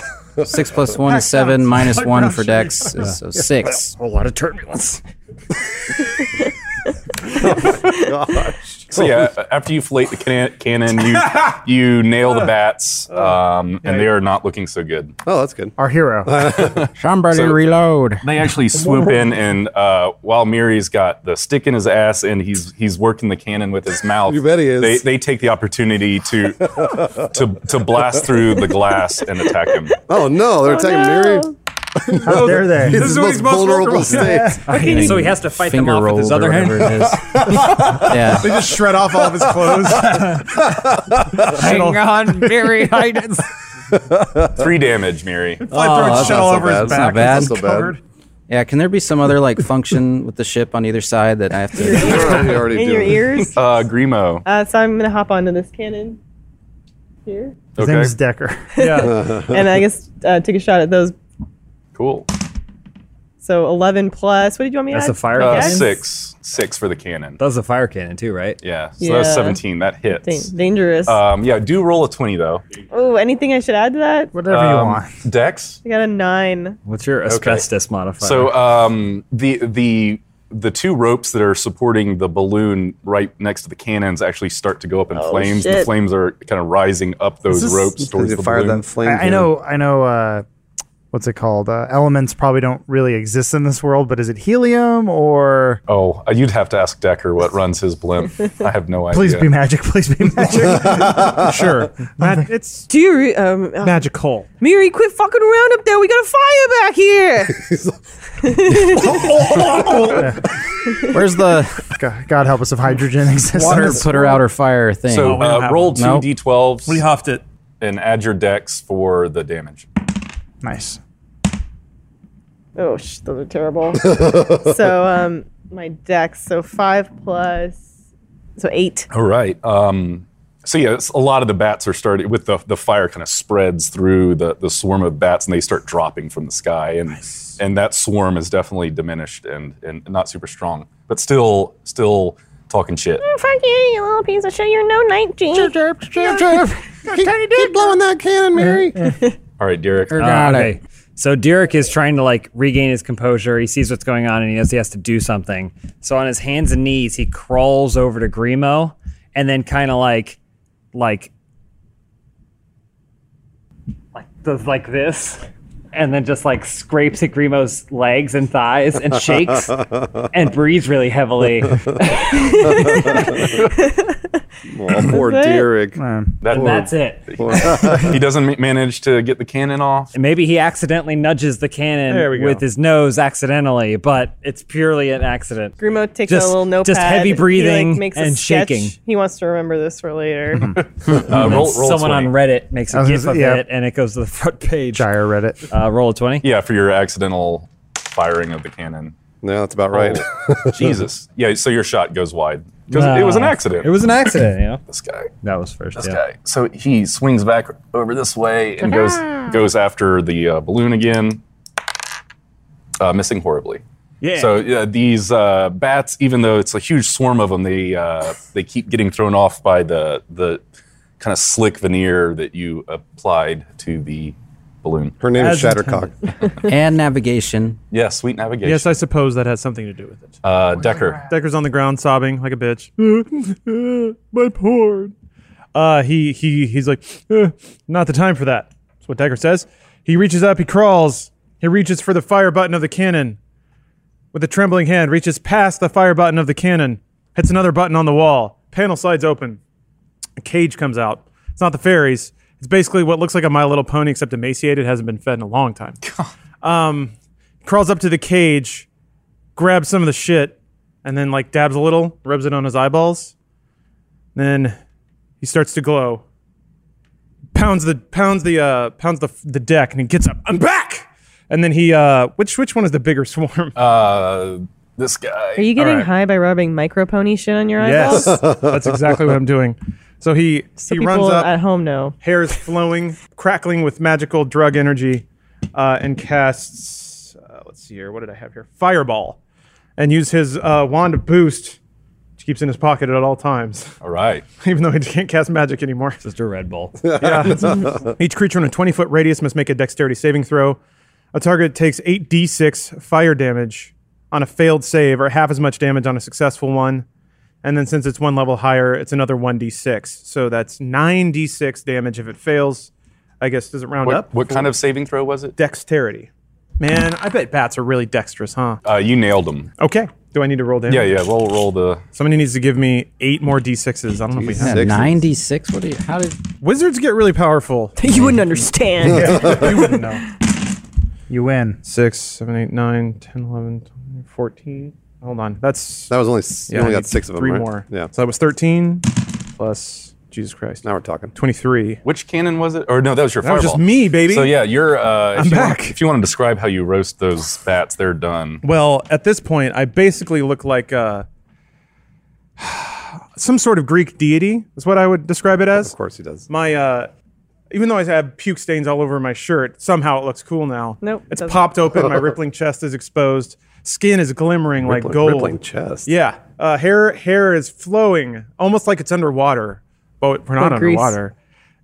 S7: Six plus one
S1: <laughs>
S7: is seven. Minus one for Dex is so six.
S2: Whole lot of turbulence.
S3: Gosh.
S1: So yeah, after you flate the can- cannon, you <laughs> you nail the bats, um, and they are not looking so good.
S3: <laughs> Oh, that's good.
S2: <laughs>
S4: Our hero.
S7: Somebody reload.
S1: They actually swoop in, and uh, while Miri's got the stick in his ass and he's he's working the cannon with his mouth,
S3: You bet he is.
S1: They, they take the opportunity to
S3: <laughs>
S1: to to blast through the glass and attack him.
S3: Oh no, they're attacking Mary.
S4: How dare
S2: <laughs>
S4: they?
S3: This is the most vulnerable state.
S2: so he has to fight them
S7: Finger
S2: off with his
S7: rolled or
S2: other hand.
S7: whatever it
S2: <laughs>
S7: is. yeah.
S6: Just shred off all of his
S3: <laughs>
S6: clothes.
S7: Hang on, Mary. I didn't-
S1: Three damage, Miri.
S6: Flamethrower
S7: that's
S6: shell
S3: not so
S6: over
S3: bad.
S6: his
S3: Oh, That's not
S6: back.
S7: bad.
S6: It's
S3: Not so bad.
S6: covered.
S7: Yeah, can there be some other like function with the ship on either side that I have to?
S3: <laughs> You're already, you're
S5: <laughs>
S3: already
S5: in your
S3: doing
S5: <laughs>
S3: it.
S5: ears.
S1: Uh, Grimo.
S5: Uh, so I'm gonna hop onto this cannon here,
S4: His
S1: Okay.
S4: name is Decker.
S2: <laughs>
S6: Yeah.
S5: and I guess uh, take a shot at those.
S1: Cool.
S5: So 11 plus. What did you want me to
S2: That's
S5: add?
S2: a fire
S1: Uh,
S2: cannon.
S1: six six for the cannon.
S2: That was a fire cannon too, right?
S1: Yeah, so that's
S5: Yeah.
S1: seventeen. That
S5: Dang,
S1: hits.
S5: dangerous.
S1: Um, yeah, do roll a twenty though.
S5: oh, anything I should add to that?
S4: Whatever you
S1: Um,
S4: want.
S1: Dex.
S5: I got a nine.
S2: What's your asbestos modifier?
S1: So um, the the the two ropes that are supporting the balloon right next to the cannons actually start to go up in flames. The
S5: shit.
S1: flames are kind of rising up those ropes
S3: Because
S1: towards
S3: you
S1: the
S3: fired
S1: balloon.
S3: that flame.
S4: I, I
S3: cannon.
S4: know. I know. Uh, what's it called? Uh, elements probably don't really exist in this world, but is it helium or?
S1: oh, uh, you'd have to ask Decker what runs his blimp. I have no idea.
S4: Please be magic. Please be magic. <laughs>
S6: sure. Mag- it's
S5: Do you? Re- um, uh,
S6: magical.
S5: Miri, quit fucking around up there. We got a fire back here.
S7: Where's the
S4: God, God help us if hydrogen exists.
S7: water put her out or fire thing? Oh,
S1: so
S6: we don't
S1: uh,
S6: have
S1: roll
S6: one.
S1: two
S7: Nope.
S6: We
S1: d12s
S6: huffed it.
S1: and add your dex for the damage.
S4: Nice.
S5: <laughs> oh, sh- those are <laughs> terrible. so um, my dex. So five plus. So eight.
S1: All right. Um, so yeah, it's, a lot of the bats are starting with the the fire kind of spreads through the, the swarm of bats, and they start dropping from the sky, and and that swarm is definitely diminished and and not super strong, but still still talking shit.
S2: Eh.
S5: Frankie, you little piece of shit. You're no 19.
S3: Chirp, chirp, chirp. Keep, keep blowing that cannon, Mary. <laughs>
S1: All right, Derek.
S7: Or
S2: Ah,
S7: got it.
S2: okay. So Derek is trying to like regain his composure. He sees what's going on and he knows he has to do something. So on his hands and knees, he crawls over to Grimo and then kind of like, like, like does like this, and then just like scrapes at Grimo's legs and thighs and
S6: <laughs>
S2: shakes and breathes really heavily.
S3: Oh, poor
S5: That's it.
S3: Derek.
S4: Um,
S1: That-
S2: And that's it.
S1: <laughs> he doesn't ma- manage to get the cannon off.
S2: And Maybe he accidentally nudges the
S6: There we
S2: cannon
S6: go.
S2: with his nose accidentally, but it's purely an accident.
S5: Grimo takes
S2: Just-
S5: a little notepad.
S2: just heavy
S5: He, like,
S2: breathing
S5: makes a
S2: and
S5: sketch.
S2: shaking.
S5: He wants to remember this for
S4: <laughs>
S5: later.
S1: Uh, roll, roll
S2: Someone
S1: 20.
S2: on Reddit makes
S4: I
S2: a
S4: was
S2: gif
S4: gonna
S2: of
S4: say, yeah.
S2: it, and it goes to the <laughs> front page.
S4: gyre Reddit.
S2: Uh, roll a twenty.
S1: yeah, for your accidental firing of the cannon.
S3: No, that's about right.
S1: Oh, Jesus. Yeah. So your shot goes wide because it was an
S2: Uh,
S1: accident.
S2: It was an accident. You know,
S1: this guy.
S2: that was first.
S1: this
S2: yeah.
S1: guy. So he swings back over this way and goes goes after the uh, balloon again, uh, missing horribly.
S6: Yeah.
S1: So yeah, these uh, bats, even though it's a huge swarm of them, they uh, they keep getting thrown off by the the kind of slick veneer that you applied to the balloon.
S3: Her name is
S6: As
S3: Shattercock.
S7: And navigation.
S1: Yeah, sweet navigation.
S6: yes, I suppose that has something to do with it.
S1: uh, Decker.
S6: Decker's on the ground sobbing like a bitch. My poor. Uh, he he he's like, "Uh, not the time for that. That's what Decker says. He reaches up, he crawls, he reaches for the fire button of the cannon. With a trembling hand, reaches past the fire button of the cannon, hits another button on the wall. Panel slides open. A cage comes out. It's not the fairies. It's basically what looks like a My Little Pony, except emaciated, hasn't been fed in a long time. Um, crawls up to the cage, grabs some of the shit, and then like dabs a little, rubs it on his eyeballs. Then he starts to glow. Pounds the pounds the uh, pounds the the deck, and he gets up. I'm back. And then he uh, which which one is the bigger swarm?
S1: Uh, This guy.
S5: Are you getting
S6: right.
S5: high by rubbing micro pony shit on your
S6: <laughs> Yes,
S5: eyeballs?
S6: that's exactly what I'm doing. So he
S5: So
S6: he
S5: people uh,
S6: runs up,
S5: at home know.
S6: hair is flowing, crackling with magical drug energy, uh, and casts. Uh, let's see here. What did I have here? Fireball, and use his uh, wand of boost, which he keeps in his pocket at all times, <laughs>
S1: All right.
S6: even though he can't cast magic anymore.
S2: Just a Red
S1: <laughs>
S2: Bull.
S6: Each creature in a 20 foot radius must make a dexterity saving throw. A target takes 8d6 fire damage on a failed save, or half as much damage on a successful one. And then since it's one level higher, it's another 1d6. So that's 9d6 damage if it fails. I guess, does it round
S1: What,
S6: up?
S1: what kind of saving throw was it?
S6: Dexterity. Man, I bet bats are really dexterous, huh?
S1: Uh, you nailed him.
S6: Okay. Do I need to roll damage?
S1: Yeah, yeah. Roll, roll the.
S6: Somebody needs to give me eight more d6s. I don't know if we have.
S3: Sixes.
S7: 96? What do you, how did,
S6: Wizards get really powerful.
S5: <laughs> You wouldn't understand.
S6: you wouldn't know.
S4: You win.
S6: 6, 7, 8, 9, 10, 11, 12, 14. Hold on. That's.
S3: That was only s- you
S6: I
S3: only got
S6: need
S3: six of them.
S6: Three
S3: right?
S6: more.
S3: Yeah.
S6: So that was 13 plus, Jesus Christ,
S3: Now we're talking.
S6: 23.
S1: Which cannon was it? Or no, that was your
S6: That
S1: fireball.
S6: was just me, baby.
S1: So yeah, you're. Uh, if
S6: I'm
S1: you want-
S6: back.
S1: if you want to describe how you roast those bats, they're done.
S6: Well, at this point, I basically look like uh, <sighs> some sort of Greek deity, is what I would describe it as.
S3: Of course he does.
S6: My. Uh, even though I have puke stains all over my shirt, somehow it looks cool now.
S5: Nope,
S6: It's
S5: doesn't.
S6: popped open.
S3: <laughs>
S6: My rippling chest is exposed. Skin is glimmering like
S3: Rippling-
S6: gold.
S3: Rippling chest.
S6: Yeah, uh, hair hair is flowing almost like it's underwater, but we're not
S5: Like grease.
S6: underwater.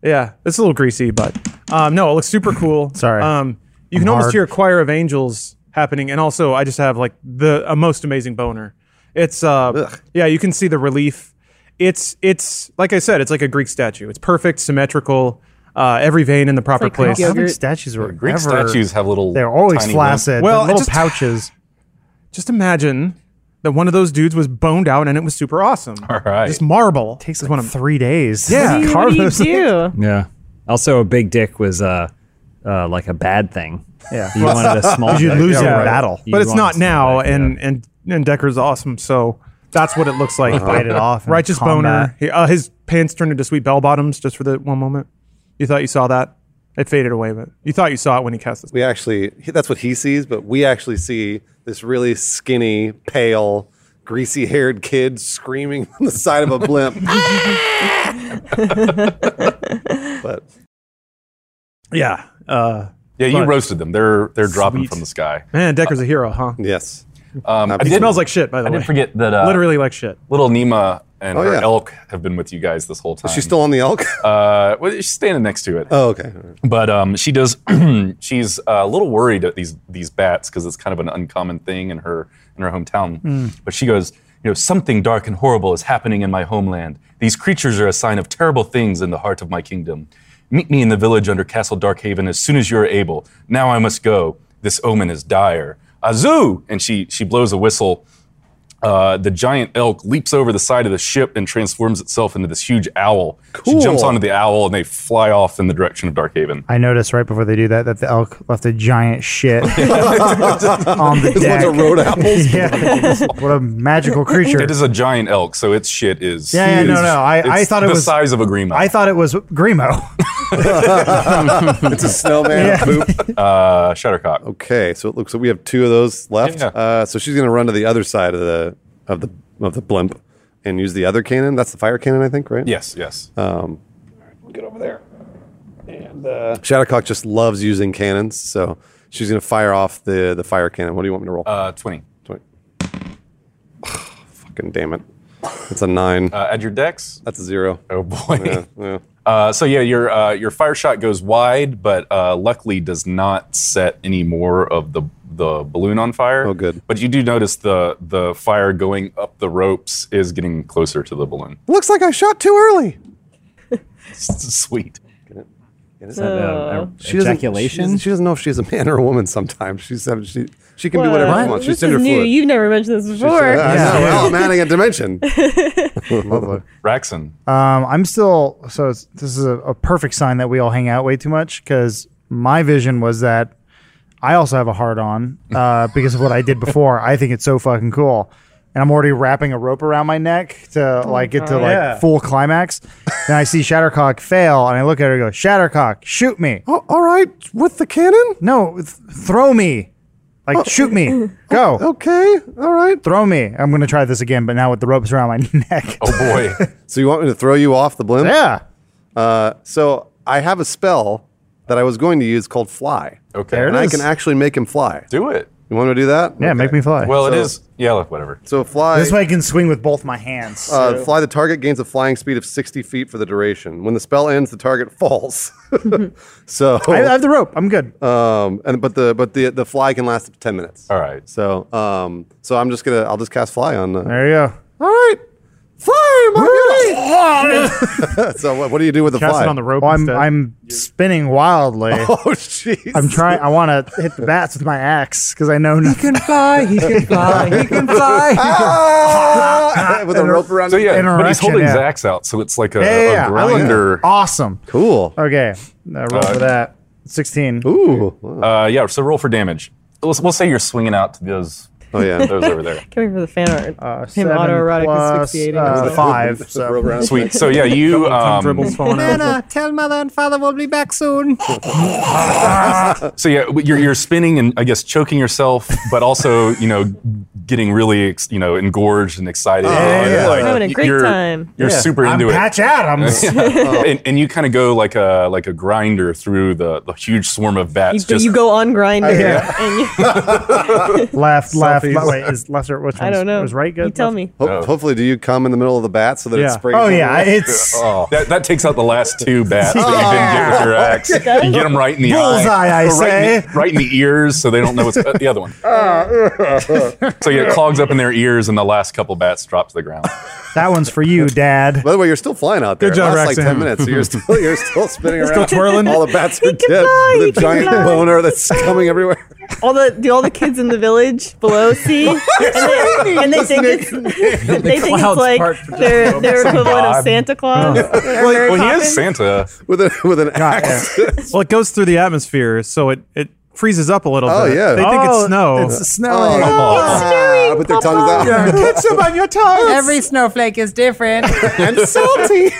S6: Yeah, it's a little greasy, but um, no, it looks super cool.
S4: Sorry.
S6: um, you can
S4: I'm
S6: almost
S4: hard.
S6: hear a choir of angels happening, and also I just have like the a most amazing boner. It's uh,
S3: Ugh.
S6: yeah, you can see the relief. It's it's like I said, it's like a Greek statue. It's perfect, symmetrical, uh, every vein in the proper
S5: like
S6: place.
S4: I don't think
S5: Yogurt.
S4: statues were
S1: Greek
S4: ever-
S1: statues have little.
S4: They're always
S1: tiny
S4: flaccid.
S6: Well,
S4: Well,
S6: it
S4: little
S6: just-
S4: pouches.
S6: Just imagine that one of those dudes was boned out, and it was super awesome.
S1: All right.
S6: Just marble
S4: Takes
S6: is
S4: like
S6: what I'm
S4: three days.
S5: What
S6: Yeah.
S5: do you- what
S4: Carve
S5: do you
S4: those
S5: <laughs>
S4: things.
S2: <laughs>
S5: do?
S2: Yeah. Also, a big dick was uh, uh, like a bad thing.
S4: Yeah. <laughs>
S2: You wanted a small.
S4: you
S2: dick.
S4: lose
S6: Yeah,
S4: in
S6: right.
S4: battle.
S2: You
S6: but it's
S2: want
S6: not
S2: something
S6: now,
S2: like that.
S6: and and and Decker's awesome, so that's what it looks like.
S4: Bite it off in
S6: Righteous
S4: combat.
S6: boner. He- uh, his pants turned into sweet bell bottoms just for the one moment. You thought you saw that. It faded away, but you thought you saw it when he cast this.
S3: We actually he- that's what he sees, but we actually see this really skinny, pale, greasy-haired kid screaming <laughs> on the side of a
S6: <laughs>
S3: blimp. <laughs> but
S6: Yeah. Uh,
S1: Yeah, you
S6: But-
S1: roasted them. They're they're dropping
S6: Sweet.
S1: from the sky.
S6: man, Decker's a hero, huh?
S3: yes,
S1: Um, I
S3: He
S1: did-
S6: Smells like shit, by the
S1: I
S6: way.
S1: did forget that uh,
S6: <laughs> Literally like shit.
S1: little Nima and
S3: Oh,
S1: her
S3: yeah.
S1: elk have been with you guys this whole time.
S3: she's still on the elk.
S1: Uh, well, she's standing next to it.
S3: <laughs> oh, okay.
S1: but um, she does. <clears throat> she's uh, a little worried at these these bats because it's kind of an uncommon thing in her in her hometown. But she goes, you know, something dark and horrible is happening in my homeland. These creatures are a sign of terrible things in the heart of my kingdom. Meet me in the village under Castle Darkhaven as soon as you are able. Now I must go. This omen is dire. Azoo! And she she blows a whistle. Uh, the giant elk leaps over the side of the ship and transforms itself into this huge owl. She jumps
S3: Cool.
S1: onto the owl and they fly off in the direction of Darkhaven.
S4: I noticed right before they do that that the elk left a giant shit on the
S3: This one's a
S4: deck.
S3: road
S4: <laughs>
S3: apples.
S4: Yeah. what a magical creature.
S1: It is a giant elk, so its shit is.
S4: Yeah, yeah, no,
S1: is-
S4: no, I-
S1: it's
S4: I thought it
S1: the
S4: was-
S1: size of a green.
S4: I thought it was Grimo. <laughs>
S3: it's
S6: <laughs>
S3: a snowman
S4: Yeah.
S3: poop.
S1: uh, Shuttercock.
S3: Okay, so it looks like we have two of those left.
S1: Yeah.
S3: Uh, so she's going to run to the other side of the of the of the blimp and use the other cannon. That's the fire cannon, I think, right?
S1: Yes, yes.
S4: Uh,
S3: Shadowcock just loves using cannons, so she's going to fire off the the fire cannon. What do you want me to roll?
S1: Uh, Twenty.
S3: Twenty. <sighs> fucking damn it! That's a nine.
S1: Uh, add your dex.
S3: That's a
S1: <laughs>
S3: zero.
S1: Oh boy.
S3: Yeah, yeah.
S1: Uh, so yeah, your uh, your fire shot goes wide, but uh, luckily does not set any more of the the balloon on fire.
S3: Oh, good.
S1: But you do notice the the fire going up the ropes is getting closer to the balloon. <laughs>
S3: Looks like I shot too early.
S1: Sweet.
S3: She doesn't- She
S2: Uh, ejaculation.
S3: doesn't, she doesn't know if she's a man or a woman. Sometimes she's she she can do
S5: Whoa,
S3: whatever she wants. She's
S5: This is
S3: gender
S5: new.
S3: fluid.
S5: You've never mentioned this
S3: She's- uh,
S5: before.
S3: I know, well, I'm adding
S5: <laughs>
S3: a dimension. <laughs>
S4: Lovely.
S1: Raxon.
S4: Um, I'm still so it's, this is a, a perfect sign that we all hang out way too much because my vision was that I also have a hard on uh, because of what I did before. I think it's so fucking cool, and I'm already wrapping a rope around my neck to like get to like
S6: Yeah.
S4: full climax. Then I see Shattercock fail, and I look at her and go, "Shattercock, shoot me!
S3: Oh, all right, with the cannon.
S4: No, th- throw me!" Like, shoot me. Go.
S3: Okay, all right.
S4: Throw me. I'm going to try this again, but now with the ropes around my <laughs> neck.
S1: Oh boy.
S3: So you want me to throw you off the blimp?
S4: Yeah.
S3: Uh, so I have a spell that I was going to use called Fly.
S1: Okay.
S4: There it
S3: And I
S4: is.
S3: can actually make him fly.
S1: Do it.
S3: You want me to do that?
S4: Yeah,
S3: Okay.
S4: make me fly.
S1: Well, it
S3: So-
S1: is. Yeah, look, whatever.
S3: So fly.
S4: this way I can swing with both my hands.
S3: Uh, fly the target gains a flying speed of 60 feet for the duration. When the spell ends, the target <laughs>
S1: <laughs>
S3: falls. so,
S4: I, I have the rope. I'm good.
S3: um, and but the but the the fly can last up to 10 minutes.
S1: All right.
S3: So, um, so I'm just gonna I'll just cast fly on. Uh,
S4: there you go.
S3: All right, fly, my beauty. <laughs> so what, what do you do with the
S6: Cast
S3: fly?
S6: it on the rope.
S4: Oh, I'm
S6: instead.
S4: I'm spinning <laughs> wildly.
S3: <laughs> Oh jeez. <laughs>
S4: I'm trying. I <laughs> want to hit the bats with my axe because I know nothing.
S2: can fly. He can fly. He can fly.
S3: Ah! with a rope around.
S1: So
S3: his
S1: yeah,
S3: neck.
S1: but he's
S4: Interaction,
S1: holding
S4: yeah.
S1: Zax out, so it's like
S4: <laughs>
S1: a,
S4: Yeah, yeah, yeah.
S1: a
S4: I like
S1: grinder.
S4: Awesome.
S3: cool.
S4: Okay, uh, roll
S1: Uh,
S4: for that. Sixteen.
S3: Ooh.
S1: Uh, yeah. So roll for damage. Let's, we'll say you're swinging out to those.
S3: Oh
S1: <laughs>
S3: yeah.
S1: Those over
S5: <laughs>
S1: there.
S5: Can't wait for the fan art.
S4: Uh,
S5: Him
S4: seven
S5: autoerotic
S4: plus,
S5: asphyxiating.
S4: uh,
S5: himself.
S4: five. So.
S3: Rope around.
S1: Sweet. So yeah, you.
S6: Tongue
S1: Um,
S6: dribbles falling out.
S2: Nana, tell mother and father we'll be back soon.
S1: so yeah, you're, you're spinning and I guess choking yourself, but also you know getting really ex- you know engorged and excited. and,
S4: Oh, yeah.
S1: like,
S5: Having a great
S1: you're,
S5: time.
S1: You're super
S4: I'm Oh.
S1: into it. <laughs>
S4: Patch Adams.
S1: and, and you kind of go like a like a grinder through the, the huge swarm of
S5: You,
S1: bats. just
S5: you go on grinder.
S4: Yeah.
S5: And you,
S4: <laughs> left, left,
S6: Selfies.
S4: left. Wait, is left or which one?
S5: I don't know.
S4: Was right good?
S5: You tell
S4: Left-
S5: me.
S3: Ho-
S1: Oh.
S3: Hopefully, do you come in the middle of the bat so that it
S6: Yeah.
S3: springs?
S4: Oh
S3: on the
S4: yeah,
S3: wall?
S4: it's
S1: that, that takes out the last two bats that you didn't get with your axe. You get them right in the
S4: Bullseye,
S1: eye,
S4: I
S1: or right, in
S4: say.
S1: the, right in the ears, so they don't know what's uh, the other one. so yeah, it clogs up in their ears, and the last couple bats drop to the ground.
S4: that one's for you, Dad.
S3: By the way, you're still flying out there.
S6: Good job,
S3: it lasts
S6: Roxanne.
S3: like ten minutes. So you're still you're still spinning around,
S6: twirling.
S3: All the bats are
S5: can
S3: dead.
S5: fly, he
S3: with a
S5: can
S3: giant
S5: fly.
S3: boner that's coming everywhere.
S5: All the do all the kids in the village below see, and they, and they think it's they think it's
S2: clouds
S5: like
S2: part for just
S5: their their equivalent
S1: God.
S5: of Santa Claus.
S1: well, he is Santa.
S3: with a with an axe.
S4: Yeah.
S6: Well, it goes through the atmosphere, so it, it freezes up a little
S3: Oh,
S6: bit.
S3: yeah.
S6: They think
S4: Oh,
S6: it's snow.
S4: It's
S3: Oh,
S4: snowing. <laughs>
S3: Ah, with their tongues out.
S4: Put some on your tongue.
S2: Every snowflake is different.
S3: and salty.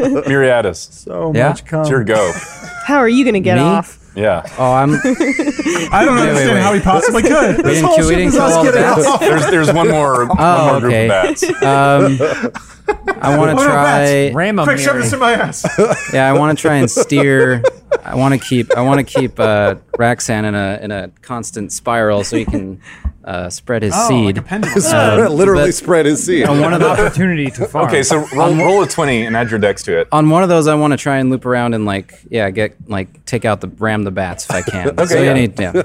S1: Muriatis,
S4: So
S7: Yeah?
S4: much cum.
S1: it's your go.
S5: How are you gonna get
S7: Me?
S5: off?
S1: Yeah,
S7: Oh,
S2: <laughs>
S7: I'm.
S6: I don't
S7: wait,
S6: understand
S7: wait.
S6: how he possibly could.
S7: We didn't, we didn't kill all the bats.
S1: there's there's one more one more group
S7: okay.
S1: of bats.
S2: <laughs>
S7: Um, I want to try.
S2: <laughs> Ram 'em,
S6: Quick, shove
S2: Mary.
S6: this
S2: <laughs>
S6: in my ass.
S7: Yeah, I want to try and steer. I want to keep. I want to keep uh, Raxan in a in a constant spiral so he can uh, spread his
S1: Oh,
S7: seed.
S3: <laughs> Literally
S7: but-
S3: spread his seed.
S7: on one of those,
S2: Opportunity
S1: <laughs>
S2: to farm.
S1: Okay, so roll, roll a twenty and add your dex to it.
S7: on one of those, I want to try and loop around and like, yeah, get like take out the ram the bats if I
S1: <laughs>
S7: can. okay, so
S1: yeah.
S7: I need, yeah.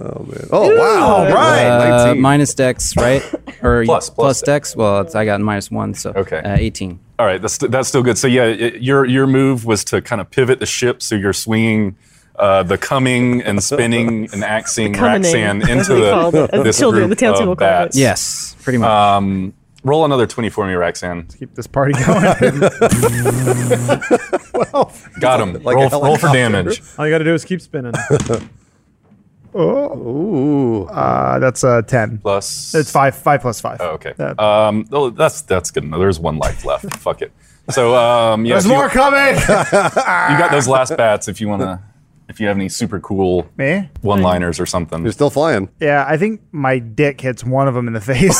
S3: Oh wow! All right,
S7: Uh,
S3: 19.
S7: minus dex, right? Or
S1: <laughs> Plus, plus
S7: dex. Well, it's, I got minus one, so
S1: Okay.
S7: uh, eighteen.
S1: All right, that's that's still good. So yeah, it, your your move was to kind of pivot the ship, so you're swinging uh, the coming and spinning and axing
S5: Coming in, <laughs>
S1: Raxan
S5: as
S1: into
S5: we called
S1: the
S5: it, as
S1: this
S5: children,
S1: group
S5: the townspeople
S1: of
S5: called it.
S1: bats.
S7: Yes, pretty much.
S1: Um, roll another twenty for me, Raxan.
S4: Keep this party <laughs> going.
S1: Got him.
S3: Like a
S1: roll, roll
S3: helicopter.
S1: for damage.
S6: All you got to do is keep spinning.
S3: Ooh.
S4: uh, that's uh, ten.
S1: Plus,
S4: It's five. Five plus five.
S1: Oh, okay. Um, oh, that's that's good. enough. There's one life left. Fuck it. So um, yeah,
S4: There's
S1: if you-
S4: more coming.
S1: <laughs> you got those last bats. If you wanna, if you have any super cool
S4: Me?
S1: one-liners or something.
S3: You're still flying.
S4: Yeah, I think my dick hits one of them in the face.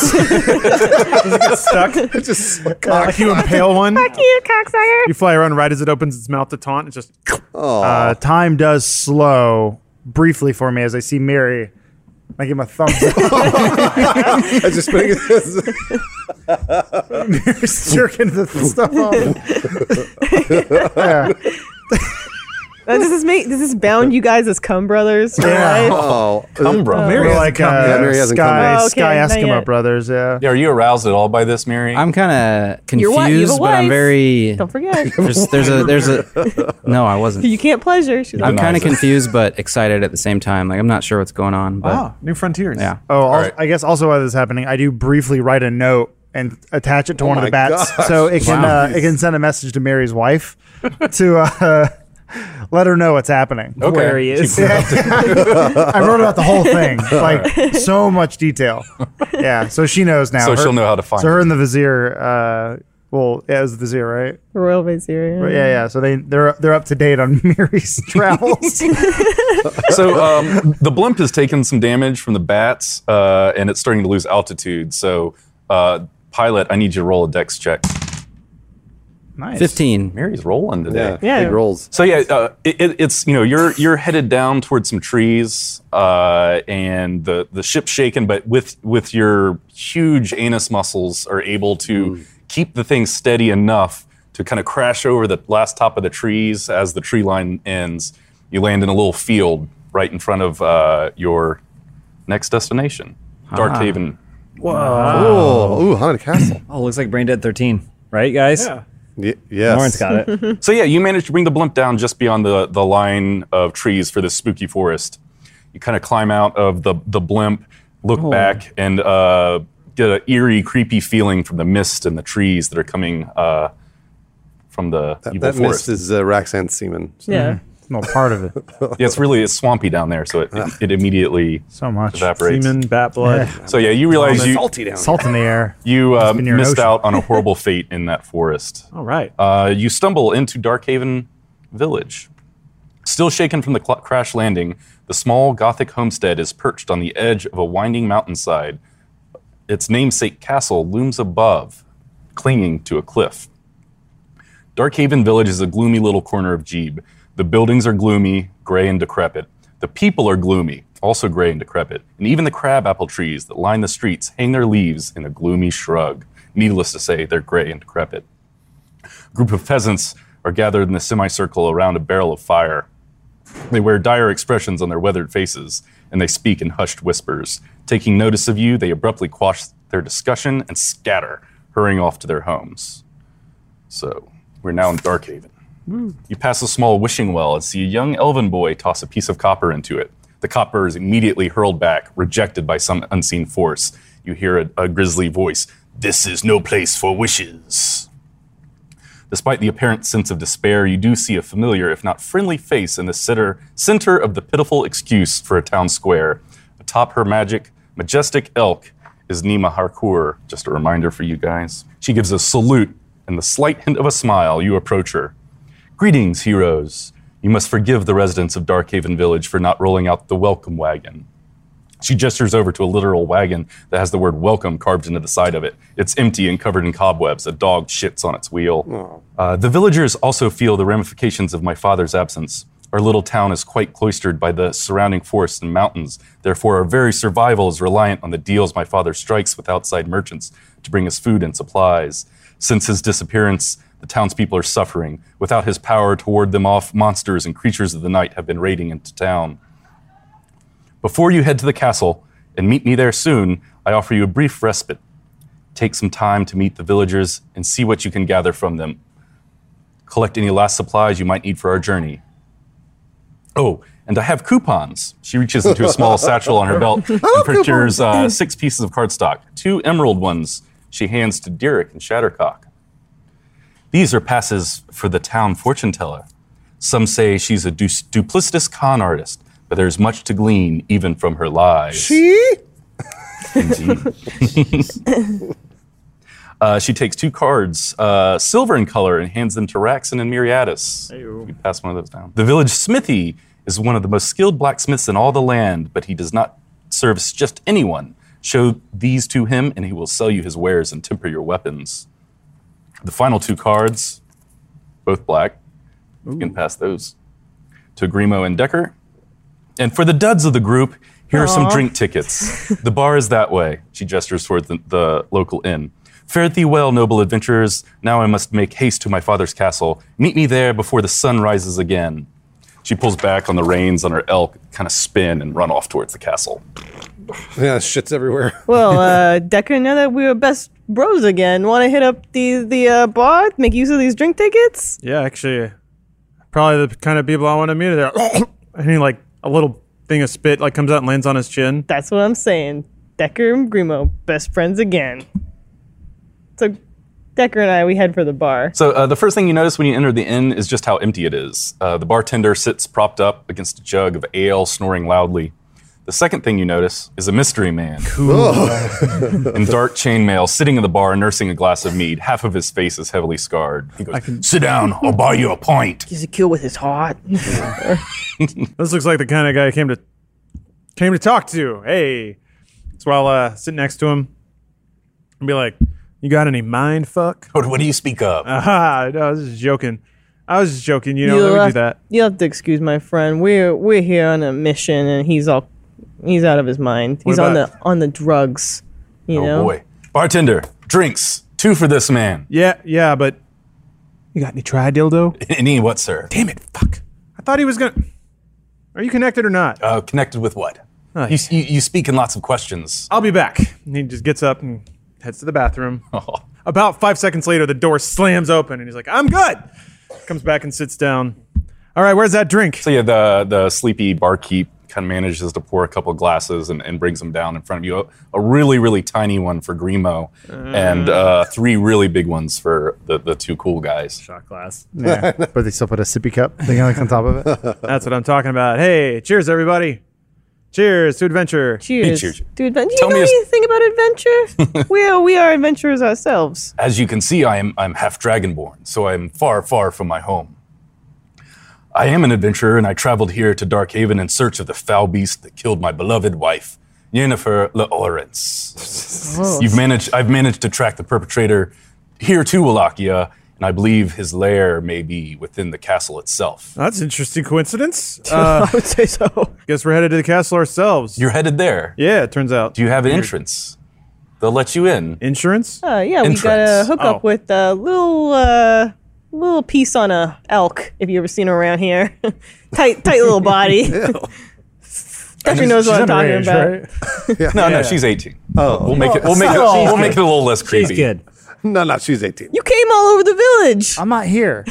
S4: <laughs>
S6: Stuck.
S3: It's
S4: Uh,
S3: just
S6: Like you impale one.
S5: You cocksucker!
S6: You fly around right as it opens its mouth to taunt. It's just
S4: uh, time does slow briefly for me as I see Mary. I give him a thumbs up.
S3: <laughs>
S4: <laughs>
S3: it's just spinning. his-
S4: Mary's jerking the stuff off.
S5: Uh, does this make does this bound you guys as cum brothers? for
S4: Yeah.
S5: life?
S3: <laughs> oh,
S1: Come, bro.
S4: We're like uh,
S3: Yeah, Mary hasn't come
S4: Sky,
S5: yet. Oh, okay,
S4: Sky
S5: not
S4: Eskimo
S5: yet.
S4: brothers. Yeah.
S1: Yeah, are you aroused at all by this, Mary?
S7: I'm kind of
S5: You're what? You have a
S7: confused, but I'm
S5: wife.
S7: very.
S5: Don't forget,
S7: There's, there's a there's
S1: <laughs>
S7: a no, I wasn't.
S5: you can't pleasure. She's like,
S7: I'm kind of
S1: Nice.
S7: confused but excited at the same time. Like I'm not sure what's going on, but
S6: wow, new frontiers.
S7: yeah.
S4: Oh, al-
S1: right.
S4: I guess also while this is happening, I do briefly write a note and attach it to one of
S3: my
S1: Oh
S4: the bats,
S3: gosh.
S4: so it can
S7: Wow.
S4: uh, it can send a message to Mary's
S1: <laughs>
S4: wife to uh, let her know what's happening.
S1: okay.
S2: Where he is.
S4: I wrote about the whole
S1: <laughs>
S4: thing, like so much detail. Yeah, so she knows now.
S1: So she'll know how to find
S4: So her
S1: it.
S4: and the vizier uh, Well, yeah, it was Vizier, right?
S5: Royal Vizier.
S4: Right, yeah, yeah. So they they're they're up to date on <laughs> Miri's travels.
S1: So um, <laughs> the blimp has taken some damage from the bats, uh, and it's starting to lose altitude. So, uh, pilot, I need you to roll a dex check.
S4: nice.
S7: 15.
S1: Mary's rolling today.
S3: Yeah,
S5: Yeah.
S3: big rolls.
S1: So yeah, uh, it, it, it's you know you're you're headed down towards some trees, uh, and the the ship's shaken, but with with your huge anus muscles are able to keep the thing steady enough to kind of crash over the last top of the trees as the tree line ends. You land in a little field right in front of uh, your next destination, Dark Haven.
S3: Oh, ooh, haunted castle.
S2: Oh, looks like Brain Dead 13, right, guys?
S6: Yeah.
S3: y- yes.
S2: Lauren's got it.
S1: So yeah, you managed to bring the blimp down just beyond the, the line of trees for this spooky forest. You kind of climb out of the, the blimp, look
S3: Oh.
S1: back, and uh, get an eerie, creepy feeling from the mist and the trees that are coming uh, from the evil
S3: That mist
S1: forest.
S3: is uh, Roxanne's semen.
S5: Yeah.
S4: No part of it.
S1: yeah, it's really it's swampy down there, so it, it, it immediately
S4: So much
S1: evaporates.
S6: Semen, bat blood.
S1: So yeah, you realize you
S3: Salty down.
S4: salt in the air.
S1: you uh,
S4: been your
S1: missed
S4: ocean.
S1: out on a horrible fate in that forest.
S6: All right.
S1: Uh, you stumble into Darkhaven Village. Still shaken from the cl- crash landing, the small Gothic homestead is perched on the edge of a winding mountainside. Its namesake castle looms above, clinging to a cliff. Darkhaven Village is a gloomy little corner of Jeeb. The buildings are gloomy, gray, and decrepit. The people are gloomy, also gray and decrepit. And even the crabapple trees that line the streets hang their leaves in a gloomy shrug. Needless to say, they're gray and decrepit group of peasants are gathered in a semicircle around a barrel of fire. They wear dire expressions on their weathered faces, and they speak in hushed whispers. Taking notice of you, they abruptly quash their discussion and scatter, hurrying off to their homes. So, we're now in Darkhaven. You pass a small wishing well and see a young elven boy toss a piece of copper into it. The copper is immediately hurled back, rejected by some unseen force. You hear a, a grisly voice This is no place for wishes. Despite the apparent sense of despair, you do see a familiar, if not friendly, face in the center, center of the pitiful excuse for a town square. Atop her magic, majestic elk is Nima Harcourt. Just a reminder for you guys. She gives a salute and the slight hint of a smile. You approach her. Greetings, heroes. You must forgive the residents of Darkhaven Village for not rolling out the welcome wagon. She gestures over to a literal wagon that has the word welcome carved into the side of it. It's empty and covered in cobwebs. A dog shits on its wheel. Uh, the villagers also feel the ramifications of my father's absence. Our little town is quite cloistered by the surrounding forests and mountains. Therefore, our very survival is reliant on the deals my father strikes with outside merchants to bring us food and supplies. Since his disappearance, the townspeople are suffering. Without his power to ward them off, monsters and creatures of the night have been raiding into town. Before you head to the castle and meet me there soon, I offer you a brief respite. Take some time to meet the villagers and see what you can gather from them. Collect any last supplies you might need for our journey. Oh, and I have coupons. She reaches into a small satchel on her belt and procures uh, six pieces of cardstock, two emerald ones she hands to Derek and Shattercock. These are passes for the town fortune teller. Some say she's a du- duplicitous con artist, but there's much to glean even from her lies.
S3: She?
S1: Indeed. uh, she takes two cards, uh, silver in color, and hands them to Raxon and Miriadis. You pass one of those down. The village smithy is one of the most skilled blacksmiths in all the land, but he does not service just anyone. Show these to him, and he will sell you his wares and temper your weapons. The final two cards, both black, you can pass those to Grimo and Decker. And for the duds of the group, here are some drink tickets. the bar is that way. She gestures toward the, the local inn. Fare thee well, noble adventurers. Now I must make haste to my father's castle. Meet me there before the sun rises again. She pulls back on the reins on her elk, kind of spin and run off towards the castle.
S3: Yeah, shit's everywhere.
S5: Well, uh, Decker, now that we were best bros again, want to hit up the the uh, bar, make use of these drink tickets?
S6: Yeah, actually, probably the kind of people I want to meet are there. <coughs> and he like a little thing of spit like comes out and lands on his chin.
S5: That's what I'm saying. Decker and Grimo, best friends again. So, Decker and I, we head for the bar.
S1: So uh, the first thing you notice when you enter the inn is just how empty it is. Uh, the bartender sits propped up against a jug of ale, snoring loudly. The second thing you notice is a mystery man in dark chainmail sitting in the bar nursing a glass of mead. Half of his face is heavily scarred. He goes, Sit down, I'll buy you a pint.
S5: <laughs> He's a kill with his heart.
S6: This looks like the kind of guy I came to came to talk to. Hey, so I'll uh, sit next to him and be like, "You got any mind fuck?" <laughs>
S1: What what do you speak of?
S6: Aha, no, I was just joking. I was just joking. You know,
S5: You'll
S6: let me
S5: have-
S6: do that.
S5: <laughs> You'll have to excuse my friend. We're we're here on a mission, and he's all he's out of his mind. He's on
S6: about-
S5: the on the drugs. You
S1: oh
S5: know.
S1: boy. Bartender, drinks, two for this man. <laughs>
S6: Yeah, yeah, but you got any tri dildo?
S1: Any what, sir?
S6: Damn it, fuck! I thought he was gonna. Are you connected or not?
S1: Uh, connected with what?
S6: Oh,
S1: You, you, you speak in lots of questions.
S6: I'll be back. And he just gets up and heads to the bathroom.
S5: Oh.
S6: About five seconds later, the door slams open, and he's like, "I'm good." Comes back and sits down. All right, where's that drink?
S1: So yeah, the the sleepy barkeep kind of manages to pour a couple glasses and, and brings them down in front of you. A, a really really tiny one for Grimo, and uh, three really big ones for the, the two cool guys.
S2: Shot glass.
S4: Yeah, but they still put a sippy cup thing on top of it.
S6: That's what I'm talking about. Hey, cheers, everybody. Cheers to adventure.
S5: Cheers.
S1: cheers.
S5: To adventure. Do you
S1: Tell
S5: know
S1: me a s-
S5: anything about adventure?
S1: <laughs>
S5: we are we are adventurers ourselves.
S1: As you can see, I am I'm half dragonborn, so I'm far far from my home. I am an adventurer, and I traveled here to Darkhaven in search of the foul beast that killed my beloved wife, Yennefer Laorence. You've managed. I've managed to track the perpetrator here to Wallachia, and I believe his lair may be within the castle itself.
S6: That's an interesting coincidence. <laughs> Uh,
S5: I would <laughs> say so.
S6: guess we're headed to the castle ourselves.
S1: You're headed there.
S6: yeah, it turns out.
S1: Do you have an entrance? They'll let you in.
S6: Insurance?
S5: Uh, yeah, we got a
S1: Entrance.
S5: hookup
S6: Oh.
S5: with a little uh, little piece on a elk. If you ever seen her around here, <laughs> tight tight little body. <laughs> Definitely knows what I'm talking about.
S1: No, no, she's 18. Oh, we'll make it. We'll make it.
S2: Oh.
S1: We'll make it a little less creepy.
S2: He's good.
S3: No, no,
S5: <laughs>
S3: she's 18.
S5: You came all over the village,
S4: I'm not here.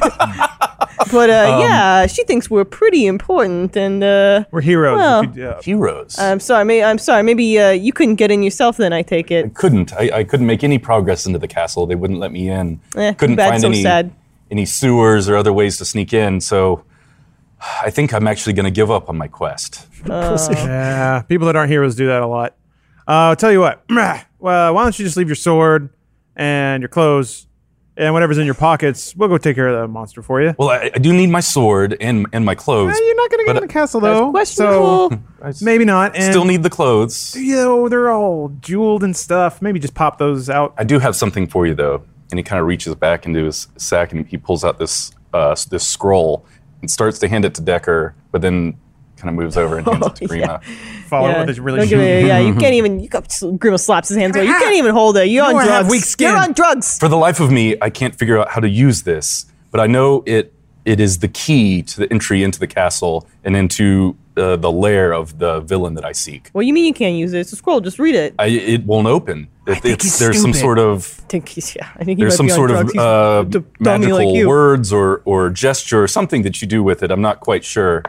S5: but uh, yeah, she thinks we're pretty important. And uh,
S6: We're heroes.
S5: Well.
S6: We could, uh,
S1: Heroes.
S5: I'm sorry, may, I'm sorry. Maybe uh, you couldn't get in yourself. Then I take it.
S1: couldn't. I, I couldn't make any progress into the castle. They wouldn't let me in.
S5: Eh, too
S1: couldn't
S5: bad,
S1: find
S5: so
S1: any
S5: sad.
S1: any sewers or other ways to sneak in. So I think I'm actually going to give up on my quest.
S6: yeah, people that aren't heroes do that a lot. Uh, I'll tell you what. <clears throat> Well, why don't you just leave your sword and your clothes and whatever's in your pockets? We'll go take care of the monster for you.
S1: Well, I, I do need my sword and and my clothes.
S6: Eh, you're not going to
S1: but
S6: get in the castle,
S5: That's
S6: though.
S5: questionable.
S6: So maybe not.
S1: I
S6: And
S1: still need the clothes.
S6: you know, they're all jeweled and stuff. Maybe just pop those out.
S1: I do have something for you though. And he kind of reaches back into his sack and he pulls out this uh, s- this scroll and starts to hand it to Decker, but then kind of moves over and
S5: <laughs>
S1: hands it to
S5: Oh,
S1: Grima.
S6: Follow
S5: yeah.
S6: with this really
S5: Don't give me- yeah, you can't even. You got, Grima slaps his hands away. You
S6: <laughs>
S5: can't even hold it. You're on
S6: I
S5: drugs.
S6: have weak skin.
S5: You're on drugs.
S1: For the life of me, I can't figure out how to use this, but I know it it is the key to the entry into the castle and into uh, the lair of the villain that I seek.
S5: What do you mean you can't use it? It's a scroll. Just read it. I
S1: I, it won't open. It, it's, there's some sort of
S5: think he's. Yeah, I think he
S1: there's
S5: might
S1: some
S5: be on
S1: sort
S5: drugs.
S1: of
S5: He's
S1: uh,
S5: d- dummy
S1: magical
S5: like you.
S1: words or or gesture or something that you do with it. I'm not quite sure,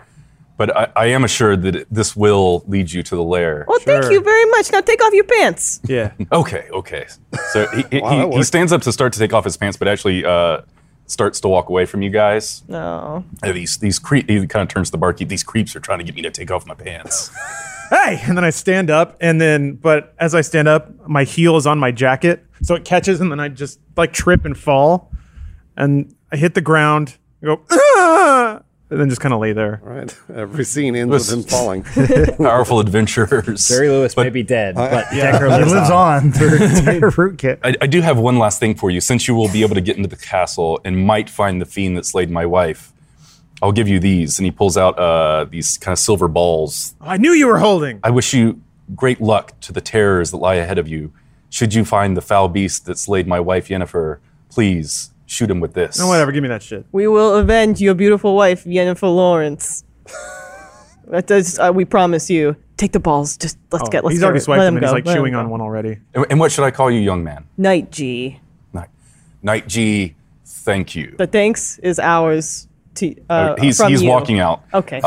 S1: but I, I am assured that it, this will lead you to the lair.
S5: Well, thank
S6: Sure.
S5: you very much. Now take off your pants.
S6: <laughs> Yeah.
S1: Okay, okay. So he,
S5: <laughs>
S1: he,
S3: Wow, that
S1: he, he
S3: worked.
S1: stands up to start to take off his pants, but actually uh, starts to walk away from you guys.
S5: No.
S1: Uh, these these cre- he kind of turns to the barkeep. These creeps are trying to get me to take off my pants. <laughs>
S6: hey and then i stand up and then but as i stand up my heel is on my jacket so it catches and then i just like trip and fall and i hit the ground and go "Ah!" and then just kind of lay there
S3: All right. Every scene ends with him falling.
S1: Powerful adventurers.
S2: Barry Lewis may be dead, but Decker lives,
S4: lives
S2: on.
S4: on through entire rootkit.
S1: I, I do have one last thing for you. Since you will be able to get into the castle and might find the fiend that slayed my wife, I'll give you these. And he pulls out uh, these kind of silver balls.
S6: i knew you were holding
S1: I wish you great luck to the terrors that lie ahead of you. Should you find the foul beast that slayed my wife, Yennefer, please shoot him with this.
S6: no whatever give me that shit
S5: We will avenge your beautiful wife, Yennefer Lawrence. <laughs> that does, uh, we promise you. Take the balls. Just let's get. Let's
S6: Oh, he's
S5: get
S6: already
S5: rid-
S6: swiped
S5: let him
S6: them and he's
S5: go,
S6: like
S5: let him
S6: chewing
S5: go.
S6: on one already
S1: And, and what should I call you, young man?
S5: Night G.
S1: Night, Night G, thank you.
S5: The thanks is ours. To, uh,
S1: he's
S5: from
S1: he's
S5: you. Oh,
S1: walking out. Um,
S5: Okay.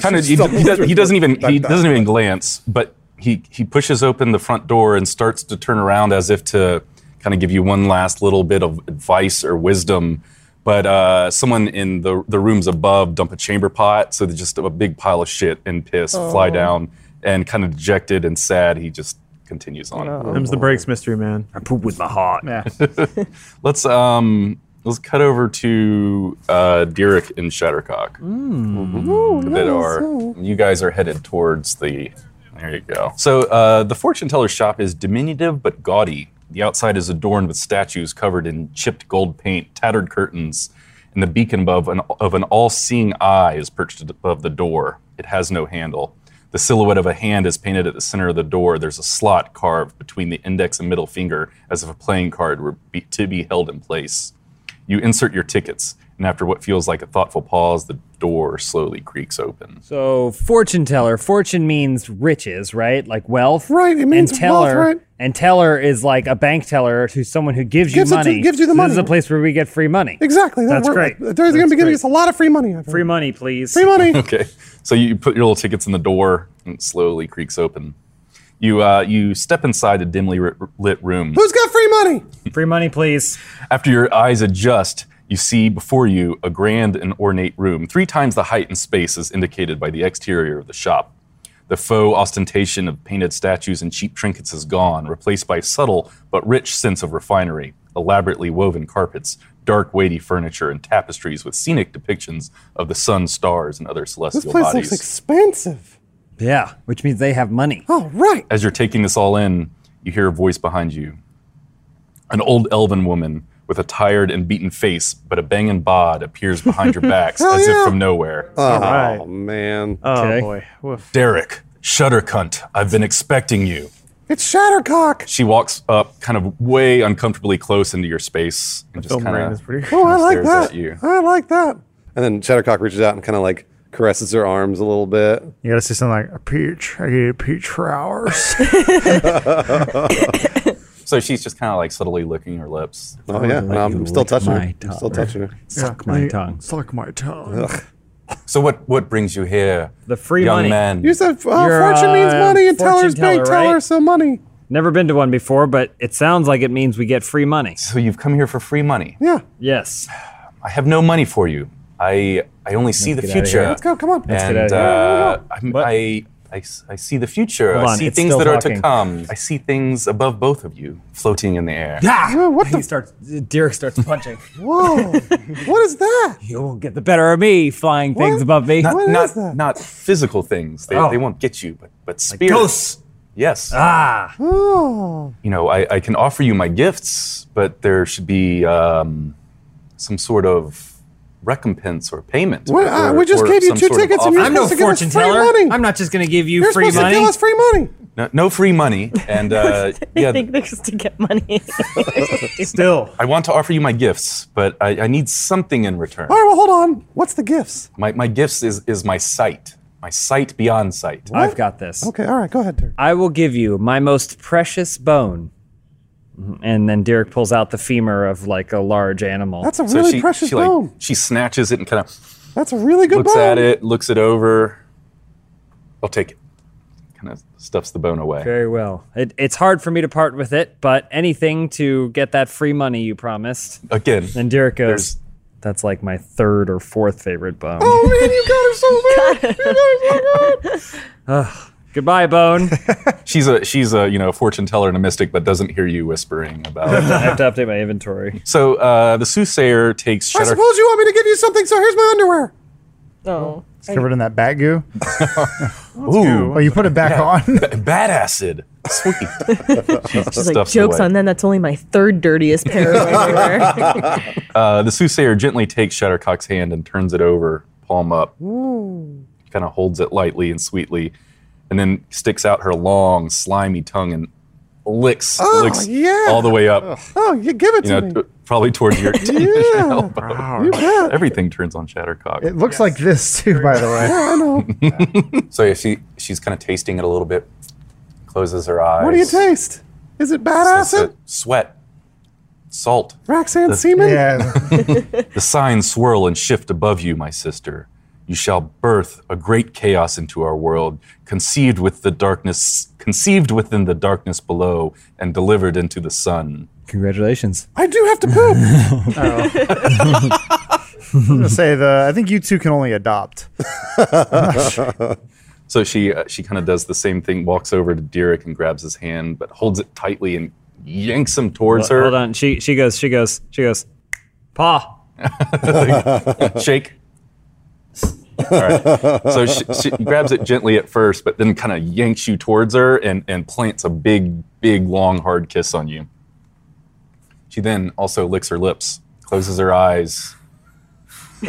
S1: kind of he, he does, he doesn't even he doesn't even glance but he he pushes open the front door and starts to turn around as if to kind of give you one last little bit of advice or wisdom But uh, someone in the the rooms above dump a chamber pot, so there's just a big pile of shit and piss fly down, and kind of dejected and sad, he just continues on.
S6: Them's the breaks, mystery man.
S2: I poop with my heart.
S4: Yeah.
S1: Let's um let's cut over to uh Derek and Shattercock. that are you guys are headed towards the there you go. So uh, the fortune teller shop is diminutive but gaudy. The outside is adorned with statues covered in chipped gold paint, tattered curtains, and the beacon above an, of an all-seeing eye is perched above the door. It has no handle. The silhouette of a hand is painted at the center of the door. There's a slot carved between the index and middle finger, as if a playing card were be, to be held in place. You insert your tickets, and after what feels like a thoughtful pause, the door slowly creaks open.
S2: So fortune teller, fortune means riches, right? Like wealth.
S3: Right, it means
S2: and teller,
S3: wealth, right?
S2: And teller is like a bank teller to someone who gives,
S3: Gives it
S2: you
S3: to-
S2: money.
S3: gives you the
S2: So
S3: money.
S2: This is a place where we get free money.
S3: Exactly.
S2: That's great.
S3: There's going to be giving us a lot of free money. I've heard.
S2: Free money, please. <laughs>
S3: Free money.
S1: Okay, so you put your little tickets in the door, and it slowly creaks open. You uh, you step inside a dimly ri- lit room.
S3: Who's got free money?
S2: Free money, please.
S1: After your eyes adjust, you see before you a grand and ornate room, three times the height and space as indicated by the exterior of the shop. The faux ostentation of painted statues and cheap trinkets is gone, replaced by subtle but rich sense of refinery, elaborately woven carpets, dark weighty furniture, and tapestries with scenic depictions of the sun, stars, and other celestial
S3: This place
S1: bodies.
S3: looks expensive.
S2: Yeah, which means they have money.
S3: All right.
S1: As you're taking this all in, you hear a voice behind you. An old elven woman with a tired and beaten face, but a banging bod appears
S3: <laughs>
S1: behind your backs as
S3: yeah.
S1: if from nowhere.
S3: Oh,
S6: right.
S3: man.
S6: Oh
S2: Okay.
S6: boy. Woof.
S1: Derek, shuddercunt, I've been expecting you.
S3: it's Shattercock.
S1: She walks up kind of way uncomfortably close into your space and just
S6: Film
S1: kind
S6: rain
S1: of
S6: is pretty.
S3: Oh, I like
S1: stares
S3: that.
S1: at you.
S3: I like that. And then Shattercock reaches out and kind of like caresses her arms a little bit.
S4: You gotta say something like a peach. I get a peach for hours.
S1: So she's just kind of like subtly licking her lips.
S3: Oh yeah, and I'm
S2: you
S3: still
S2: lick
S3: touching
S2: my
S3: her. I'm Still
S2: daughter.
S3: touching her.
S2: Suck my
S4: Yeah.
S2: tongue.
S4: <laughs> Suck my tongue.
S1: So what what brings you here?
S2: The free
S1: young
S2: money.
S1: man.
S3: You said uh,
S2: You're,
S3: fortune means
S2: uh,
S3: money and
S2: fortune
S3: tellers
S2: teller,
S3: big teller,
S2: right?
S3: so money.
S2: Never been to one before, but it sounds like it means we get free money.
S1: so you've come here for free money.
S3: Yeah,
S2: Yes.
S3: Ah.
S1: I have no money for you. I I only see the
S2: get outta here.
S1: future.
S2: Let's
S3: go. Come on.
S2: get
S1: and
S2: outta here.
S1: uh, I'm- I, I s- I see the future.
S2: Hold
S1: I
S2: on,
S1: see
S2: it's
S1: things
S2: still
S1: that are to
S2: talking.
S1: come. I see things above both of you floating in the air.
S2: Ah!
S3: Uh, what
S2: <laughs> He
S3: the?
S2: starts. Derek starts
S3: <laughs>
S2: punching. <laughs>
S3: Whoa! what is that?
S2: you will get the better of me, flying things
S3: What?
S2: above me.
S1: Not
S3: What is
S1: not,
S3: that?
S1: not physical things. They,
S2: Oh.
S1: they won't get you, but but spirits.
S2: Ghosts.
S1: Yes.
S2: Ah.
S3: Oh,
S1: You know, I, I can offer you my gifts, but there should be um, some sort of recompense or payment.
S3: What- I-
S2: Uh,
S1: or-
S3: we just
S1: or
S3: gave you
S1: some
S3: two
S1: sort of
S3: tickets and
S1: offer.
S3: you're
S2: I'm no
S3: supposed to give us
S2: fortune
S3: free
S2: teller.
S3: money.
S2: I'm not just going to give you
S3: you're
S2: free
S3: supposed
S2: money.
S3: to give us free money.
S1: no, no free money. And uh,
S5: They
S1: yeah,
S5: think they're just to get money. <laughs>
S6: Still.
S1: I want to offer you my gifts, but I, I need something in return.
S3: All right, well, hold on. What's the gifts?
S1: My, my gifts is, is my sight, my sight beyond sight.
S2: I've got this.
S3: Okay, all right, go ahead, Derek.
S2: I will give you my most precious bone. Mhm. And then Derek pulls out the femur of like a large animal.
S3: That's a really
S1: she,
S3: precious
S1: she, like,
S3: bone.
S1: she snatches it and kind of
S3: That's a really good
S1: looks
S3: bone.
S1: at it, looks it over. I'll take it. Kind of stuffs the bone away.
S2: Very well. It, it's hard for me to part with it, but anything to get that free money you promised.
S1: Again,
S2: And Derek goes,
S1: There's-
S2: That's like my third or fourth favorite bone.
S3: Oh man, you got her so <laughs> bad. You got her so
S2: <laughs> Goodbye,
S3: <laughs>
S2: bone.
S1: she's a she's a you know fortune teller and a mystic, but doesn't hear you whispering about.
S2: I <laughs> have to update my inventory.
S1: so uh, the soothsayer takes
S3: good. I
S1: Shutter.
S3: suppose you want me to give you something, so here's my underwear.
S5: oh.
S4: It's covered in that bat goo.
S1: Ooh,
S4: Oh, you put it back on. <laughs>
S1: bad acid. Sweet.
S5: She's like, jokes on them. That's only my third dirtiest
S1: <laughs>
S5: pair of underwear.
S1: Uh, the soothsayer gently takes Shattercock's hand and turns it over, palm up. Kind of holds it lightly and sweetly, and then sticks out her long, slimy tongue and licks, licks
S3: Oh, yeah.
S1: all the way up.
S3: Oh, you give it
S1: You
S3: to
S1: know,
S3: me.
S1: t- probably
S3: <laughs>
S1: towards your
S3: yeah.
S1: elbow. Everything turns on Shattercock.
S4: It looks like this too, by the way.
S3: I know.
S1: so yeah, she she's kind of tasting it a little bit, closes her eyes.
S3: What do you taste? Is it bad
S1: It's the
S3: acid?
S1: Sweat, salt.
S3: Roxanne semen?
S4: Yeah, <laughs>
S1: The signs swirl and shift above you, my sister. you shall birth a great chaos into our world, conceived with the darkness, conceived within the darkness below, and delivered into the sun.
S2: Congratulations.
S3: I do have to poop.
S4: I'm gonna say the. I think you two can only adopt.
S1: So she uh, she kind of does the same thing, walks over to Derek and grabs his hand, but holds it tightly and yanks him towards her.
S2: Hold on. She she goes. She goes. She goes. Pa.
S1: <laughs> shake. All right. So she, she grabs it gently at first, but then kind of yanks you towards her and, and plants a big, big, long, hard kiss on you. She then also licks her lips, closes her eyes, <laughs>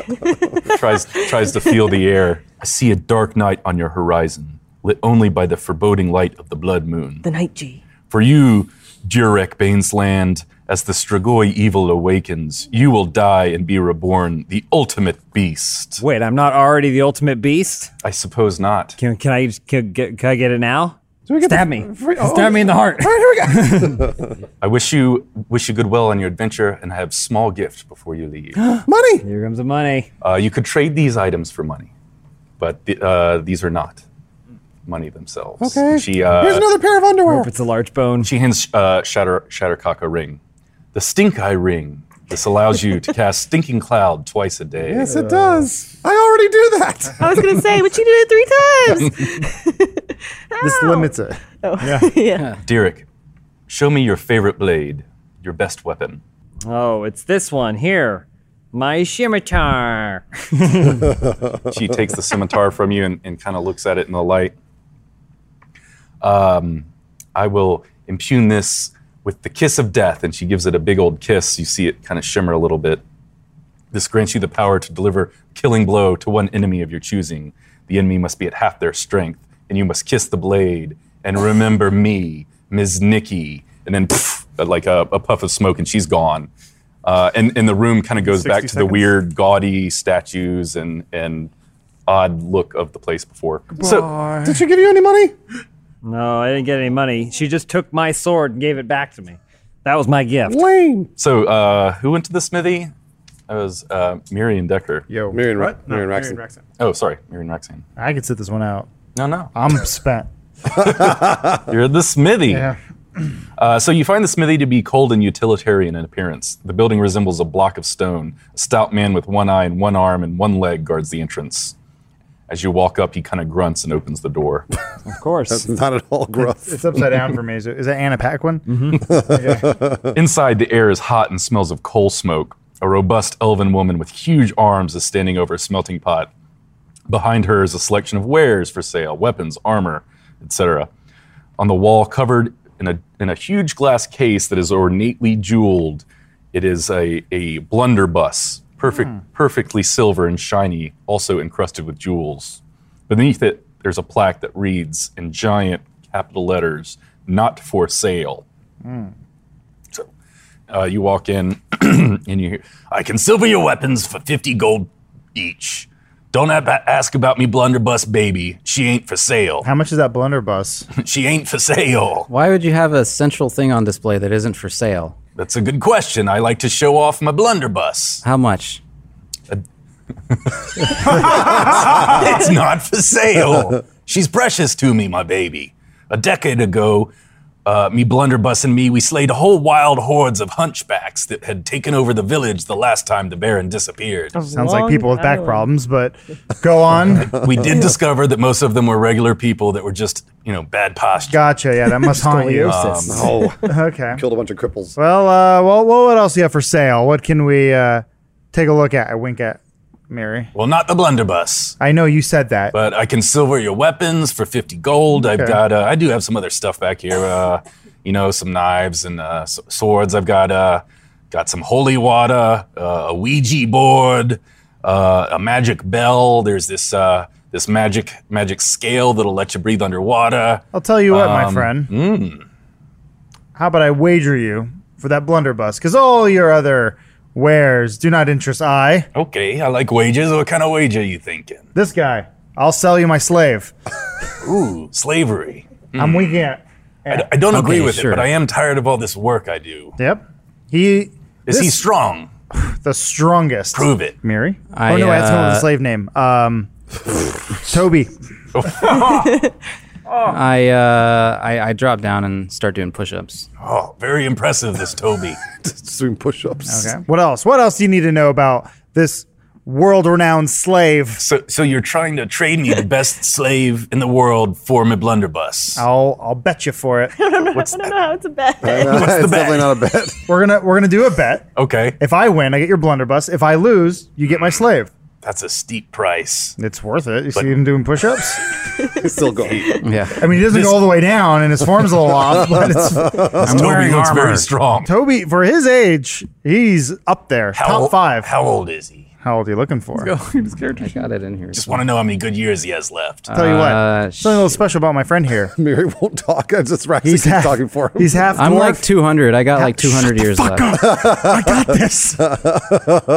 S1: tries tries to feel the air. I see a dark night on your horizon, lit only by the foreboding light of the blood moon.
S5: The night G.
S1: For you, Durek Bainsland, as the Strigoi evil awakens, you will die and be reborn, the ultimate beast.
S2: Wait, I'm not already the ultimate beast.
S1: I suppose not.
S2: Can can I can, get can I get it now?
S3: get
S2: Stab
S3: the-
S2: me.
S3: free- oh.
S2: Stab me in the heart.
S1: I wish you wish you goodwill on your adventure, and I have a small gift before you
S3: <gasps>
S1: leave.
S3: Money.
S2: Here comes the money.
S1: Uh, you could trade these items for money, but the, uh, these are not money themselves.
S3: Okay.
S1: She uh,
S3: Here's another pair of underwear.
S2: Hope it's a large bone.
S1: She hands uh, Shatter, Shattercock a ring. The Stink Eye Ring. This allows
S3: <laughs>
S1: you to cast Stinking Cloud twice a day.
S3: Yes, it does. I already
S5: <laughs>
S3: do that.
S5: I was gonna say, but you did it
S1: <laughs>
S5: three times.
S4: This limits it.
S1: Derek, show me your favorite blade, your best weapon.
S2: Oh, it's this one here. My scimitar.
S1: She takes the scimitar from you and, and kind of looks at it in the light. Um, I will impugn this with the kiss of death, and she gives it a big old kiss. You see it kind of shimmer a little bit. This grants you the power to deliver a killing blow to one enemy of your choosing. The enemy must be at half their strength, and you must kiss the blade and remember me, Ms. Nikki. And then, pff, like a, a puff of smoke, and she's gone. Uh, and, and the room kind of goes back
S6: 60
S1: to the
S6: seconds.
S1: weird, gaudy statues and, and odd look of the place before. So,
S3: Did she give you any money?
S2: No, I didn't get any money. She just took my sword and gave it back to me. That was my gift.
S3: Lame.
S1: so uh, who went to the smithy? That was uh, Miriam Decker.
S4: Yo,
S3: Marion, Ra-
S6: No,
S3: Marion
S6: Marion
S3: Raxon.
S6: Raxon.
S1: Oh, sorry, Miriam Roxanne.
S4: I could sit this one out.
S1: No, no.
S4: I'm spent.
S1: You're the smithy.
S4: Yeah.
S1: Uh, so you find the smithy to be cold and utilitarian in appearance. The building resembles a block of stone. A stout man with one eye and one arm and one leg guards the entrance. As you walk up, he kind of grunts and opens the door.
S2: Of course.
S3: <laughs> Not at
S4: <laughs>
S3: all gruff.
S4: It's upside down for me. Is, it, is that Anna Paquin?
S1: Inside, the air is hot and smells of coal smoke. A robust elven woman with huge arms is standing over a smelting pot. Behind her is a selection of wares for sale weapons, armor, etc. On the wall, covered in a, in a huge glass case that is ornately jeweled, it is a, a blunderbuss, perfect, perfectly silver and shiny, also encrusted with jewels. Beneath it, there's a plaque that reads in giant capital letters, Not for sale. So uh, you walk in <clears throat> and you hear, I can silver your weapons for 50 gold each. Don't ab- ask about me, blunderbuss baby. She ain't for sale.
S4: How much is that blunderbuss?
S1: She ain't for sale.
S7: Why would you have a central thing on display that isn't for sale?
S1: That's a good question. I like to show off my blunderbuss.
S7: How much?
S1: It's not for sale. She's precious to me, my baby. A decade ago, uh, me blunderbuss and me, we slayed whole wild hordes of hunchbacks that had taken over the village the last time the Baron disappeared.
S4: Sounds like
S5: Long
S4: people with back
S5: Island.
S4: problems, but go on.
S1: we did discover that most of them were regular people that were just, you know, bad posture.
S4: Gotcha. Yeah, that must haunt you. <laughs>
S3: Oh, <laughs>
S4: Okay.
S3: killed a bunch of cripples.
S4: Well, uh, well, well, what else do you have for sale? What can we uh, take a look at? I wink at Mary.
S1: Well, not the blunderbuss,
S4: I know you said that.
S1: but I can silver your weapons for fifty gold. I've
S4: Okay.
S1: got, uh, I do have some other stuff back here. Uh, you know, some knives and uh, s- swords. I've got, uh, got some holy water, uh, a Ouija board, uh, a magic bell. There's this, uh, this magic, magic scale that'll let you breathe underwater.
S4: I'll tell you what, my friend. How about I wager you for that blunderbuss? Because all your other wares do not interest I.
S1: Okay, I like wages. What kind of wage are you thinking?
S4: This guy. I'll sell you my slave.
S1: Ooh, slavery.
S4: I'm winking at.
S1: I d- I don't agree with
S7: sure.
S1: it, but I am tired of all this work I do.
S4: Yep. He.
S1: Is he
S4: This-
S1: strong?
S4: the strongest.
S8: Prove it.
S4: Mary.
S7: I,
S4: oh no, that's not
S7: uh,
S4: the slave name. Um, <laughs> Toby.
S7: I, uh, I I drop down and start doing push-ups.
S8: Oh, very impressive, this Toby.
S3: Just doing push-ups. <laughs>
S4: Okay. What else? What else do you need to know about this world-renowned slave?
S8: so, so you're trying to trade me the best slave in the world for my blunderbuss.
S4: I'll I'll bet you for <laughs> it.
S5: <laughs> I don't know how it's a bet.
S3: it's definitely not a bet.
S4: We're gonna we're gonna do a bet.
S8: Okay,
S4: If I win, I get your blunderbuss. If I lose, you get my slave.
S8: that's a steep price.
S4: It's worth it. You see him doing push-ups.
S3: It's still
S7: <laughs>
S3: going.
S7: Yeah,
S4: I mean, he doesn't go all the way down, and his form's a little off. But <laughs> it's,
S7: I'm
S8: Toby
S7: wearing
S8: looks
S7: armor.
S8: very strong.
S4: Toby, for his age, he's up there,
S8: ol-
S4: top five.
S8: How old is he?
S4: How old are you looking for?
S7: I got it in here.
S8: Just want to know how many good years he has left.
S4: Tell you what,
S7: Uh,
S4: something a little special about my friend here.
S3: Mary won't talk. I'm just Roxy
S4: He's
S3: keeps
S4: half,
S3: talking for him.
S4: He's half.
S7: I'm
S4: dwarf.
S7: like 200. I got like 200 years left.
S4: I got this.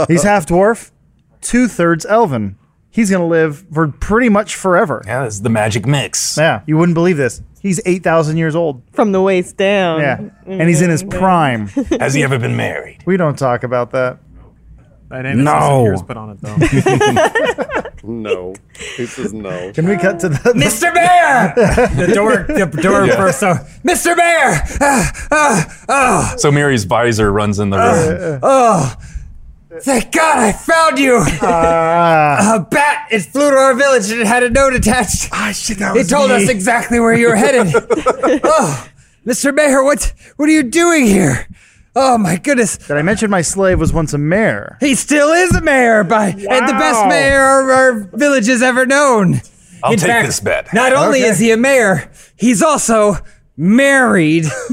S4: he's half dwarf, two thirds elven. He's gonna live for pretty much forever.
S8: yeah, this is the magic mix.
S4: Yeah, you wouldn't believe this. He's eight thousand years old.
S5: <laughs> From the waist down.
S4: Yeah,
S9: Mm-hmm.
S4: and he's in his prime.
S8: Has he ever
S4: <laughs>
S8: been married?
S4: We don't talk about that.
S10: That ain't no.
S8: No.
S10: Sears put on it though.
S3: no. He says no.
S4: Can we cut to the?
S9: <laughs> Mr. Bear! the door, the door bursts out. Mr. Bear! Ah, ah, oh,
S8: So Mary's visor runs in the room.
S9: oh. Thank God I found you! a bat, it flew to our village and it had a note attached.
S4: Ah, shit, that
S9: It told us exactly where you were headed. oh, Mr. Mayor, what what are you doing here? Oh my goodness,
S4: Did I mention my slave was once a mayor?
S9: he still is a mayor, by and the best
S4: Wow.
S9: mayor our, our village has ever known.
S8: I'll
S9: In
S8: take
S9: fact,
S8: this bet.
S9: Not only is he a mayor, he's also married. <laughs>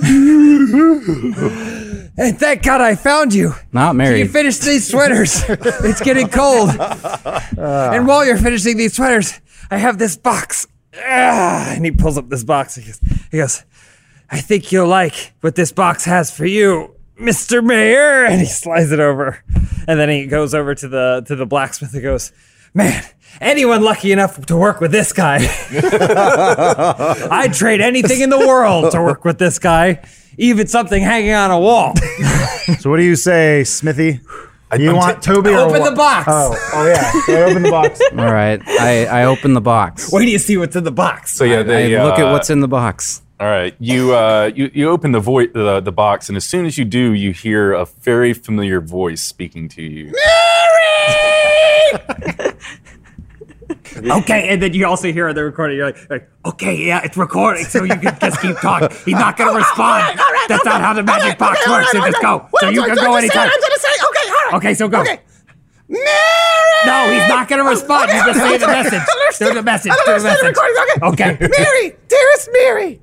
S9: and thank God I found you.
S7: Not
S9: You
S7: married.
S9: finish these sweaters. it's getting cold. and while you're finishing these sweaters, I have this box. Ah, and he pulls up this box. He goes, he goes, I think you'll like what this box has for you, Mr. Mayor. And he slides it over. And then he goes over to the to the blacksmith and goes, Man, anyone lucky enough to work with this guy. I'd trade anything in the world to work with this guy. Even something hanging on a wall.
S4: So what do you say, Smithy? You
S8: I'm
S4: want
S8: ta-
S4: Toby or
S9: Open
S4: what?
S9: the box.
S4: Oh, oh yeah. So I open the box.
S7: All right. I, I open the box.
S9: Wait do you see what's in the box?
S8: So yeah, they,
S7: I look
S8: uh,
S7: at what's in the box.
S8: All right, you uh, you you open the voice the, the box, and as soon as you do, you hear a very familiar voice speaking to you.
S9: Okay, and then you also hear the recording. You're like, like, okay, yeah, it's recording, so you can just keep talking. He's not gonna respond. That's not how the magic box works. Just go. So you can go anytime.
S11: okay, all right.
S9: Okay, so go. No, Oh, he's not gonna respond. You
S4: <laughs>
S9: just say the message.
S11: <laughs>
S9: Do the message. Do the message. Okay.
S11: Mary, dearest Mary,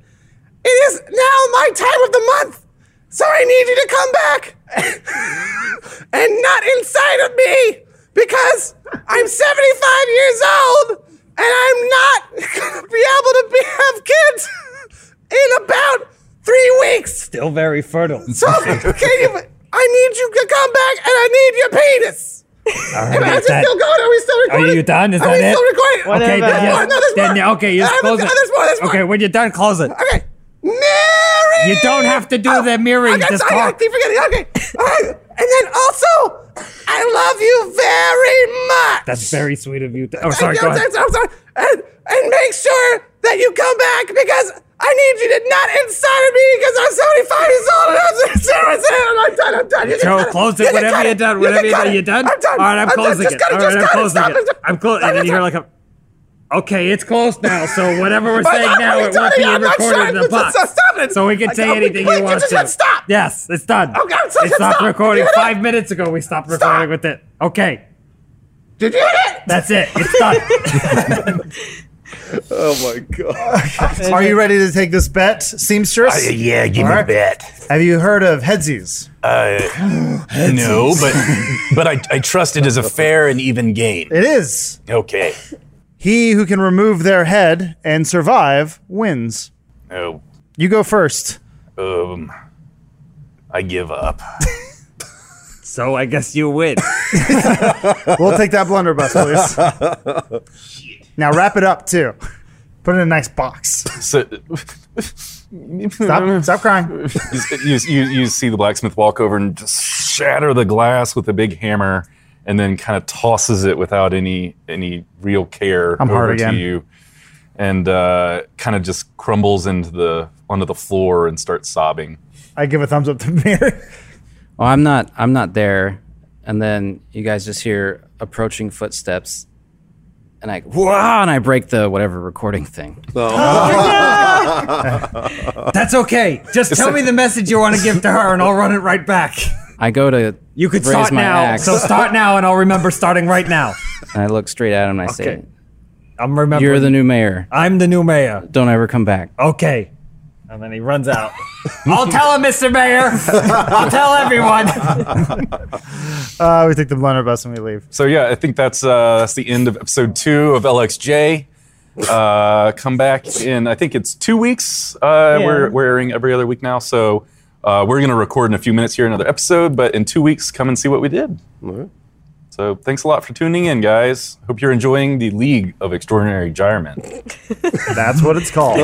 S11: it is now my time of the month, so I need you to come back <laughs> and not inside of me because I'm 75 years old and I'm not gonna be able to be, have kids in about three weeks.
S9: Still very fertile.
S11: So can you? I need you to come back and I need your penis. Am I
S9: is
S11: just
S9: that-
S11: still going? Are we still recording?
S9: you done? Is
S11: Are
S9: that
S11: we
S9: it?
S11: still recording?
S5: Whatever.
S9: Okay, then,
S5: There's
S9: yes.
S11: more, no, there's
S9: then
S11: more.
S9: okay, you
S11: I
S9: just
S11: have a-
S9: close it.
S11: there's more, there's more.
S9: Okay, when you're done, close it.
S11: Okay. Mary!
S9: You don't have to do the mirroring.
S11: Okay,
S9: Just
S11: sorry, I
S9: talk.
S11: keep forgetting. Okay. All right. And then also, I love you very much.
S9: That's very sweet of you. to- Oh,
S11: And
S9: sorry.
S11: you-
S9: Go ahead.
S11: I'm sorry. I'm sorry. And, and make sure that you come back because I need you to not inside of me because I'm 75 years old and I'm, and I'm done. I'm done. You can
S9: Joe,
S11: cut it.
S9: close
S11: You
S9: it.
S11: can
S9: Whatever
S11: cut
S9: you're
S11: it.
S9: done.
S11: You
S9: Whatever
S11: can
S9: you're
S11: cut
S9: done,
S11: it.
S9: you're done.
S11: I'm done.
S9: All right, I'm
S11: done.
S9: closing
S11: Just
S9: it.
S11: cut
S9: All
S11: Just
S9: right, I'm
S11: cut it.
S9: closing
S11: Stop.
S9: it. I'm closing. And then you hear like a. Okay, it's closed now. So whatever
S11: <laughs>
S9: we're saying now, it won't be
S11: I'm not sure.
S9: recorded in the box.
S11: Stop it.
S9: So we can
S11: I
S9: say
S11: can't-
S9: anything
S11: wait,
S9: you want
S11: just
S9: to.
S11: said Stop.
S9: Yes, it's done.
S11: Okay, I'm sorry,
S9: It stopped
S11: stop.
S9: recording
S11: Get it.
S9: five minutes ago. We stopped recording with it. Okay,
S11: Did you hear it?
S9: that's it. It's done.
S11: <laughs>
S3: Oh my god.
S4: Are you ready to take this bet, seamstress?
S8: Uh, yeah, give
S4: All right.
S8: bet. Uh,
S4: Have you heard of Headsies?
S8: No,
S4: <laughs>
S8: but but I, I trust it is a fair and even game.
S4: It is.
S8: Okay.
S4: He who can remove their head and survive wins.
S8: Oh,
S4: You go first.
S8: um, I give up.
S9: so I guess you win.
S4: We'll take that blunderbuss, please. <laughs> now wrap it up too. Put it in a nice box.
S8: So
S4: Stop, stop crying.
S8: you, you, you see the blacksmith walk over and just
S1: shatter the glass with a big hammer and then kind of tosses it without any any real care
S4: I'm
S1: over
S4: hard again.
S1: to you and uh, kind of just crumbles into the onto the floor and starts sobbing.
S4: I give a thumbs up to Mary.
S7: Well, Oh, I'm not. I'm not there. And then you guys just hear approaching footsteps, and I wow, and I break the whatever recording thing.
S2: That's okay. Just tell me the message you want to give to her, and I'll run it right back.
S7: I go to
S2: You could
S7: raise
S2: start
S7: my
S2: now.
S7: axe,
S2: So start now, and I'll remember starting right now.
S7: and I look straight at him and I say,
S2: I'm remembering.
S7: "You're the new mayor.
S2: I'm the new mayor.
S7: Don't ever come back."
S2: Okay. And then he runs out. <laughs> I'll tell him, Mr. <laughs> Mayor. I'll tell everyone.
S4: Uh, we take the blunderbuss and we leave.
S1: So yeah, I think that's uh, that's the end of episode two of LXJ. Uh, come back in I think it's two weeks. Uh,
S5: Yeah.
S1: We're we're airing every other week now, so uh, we're gonna record in a few minutes here another episode. But in two weeks, come and see what we did. So thanks a lot for tuning in, guys. Hope you're enjoying the League of Extraordinary Gyrement.
S4: <laughs> That's what it's called.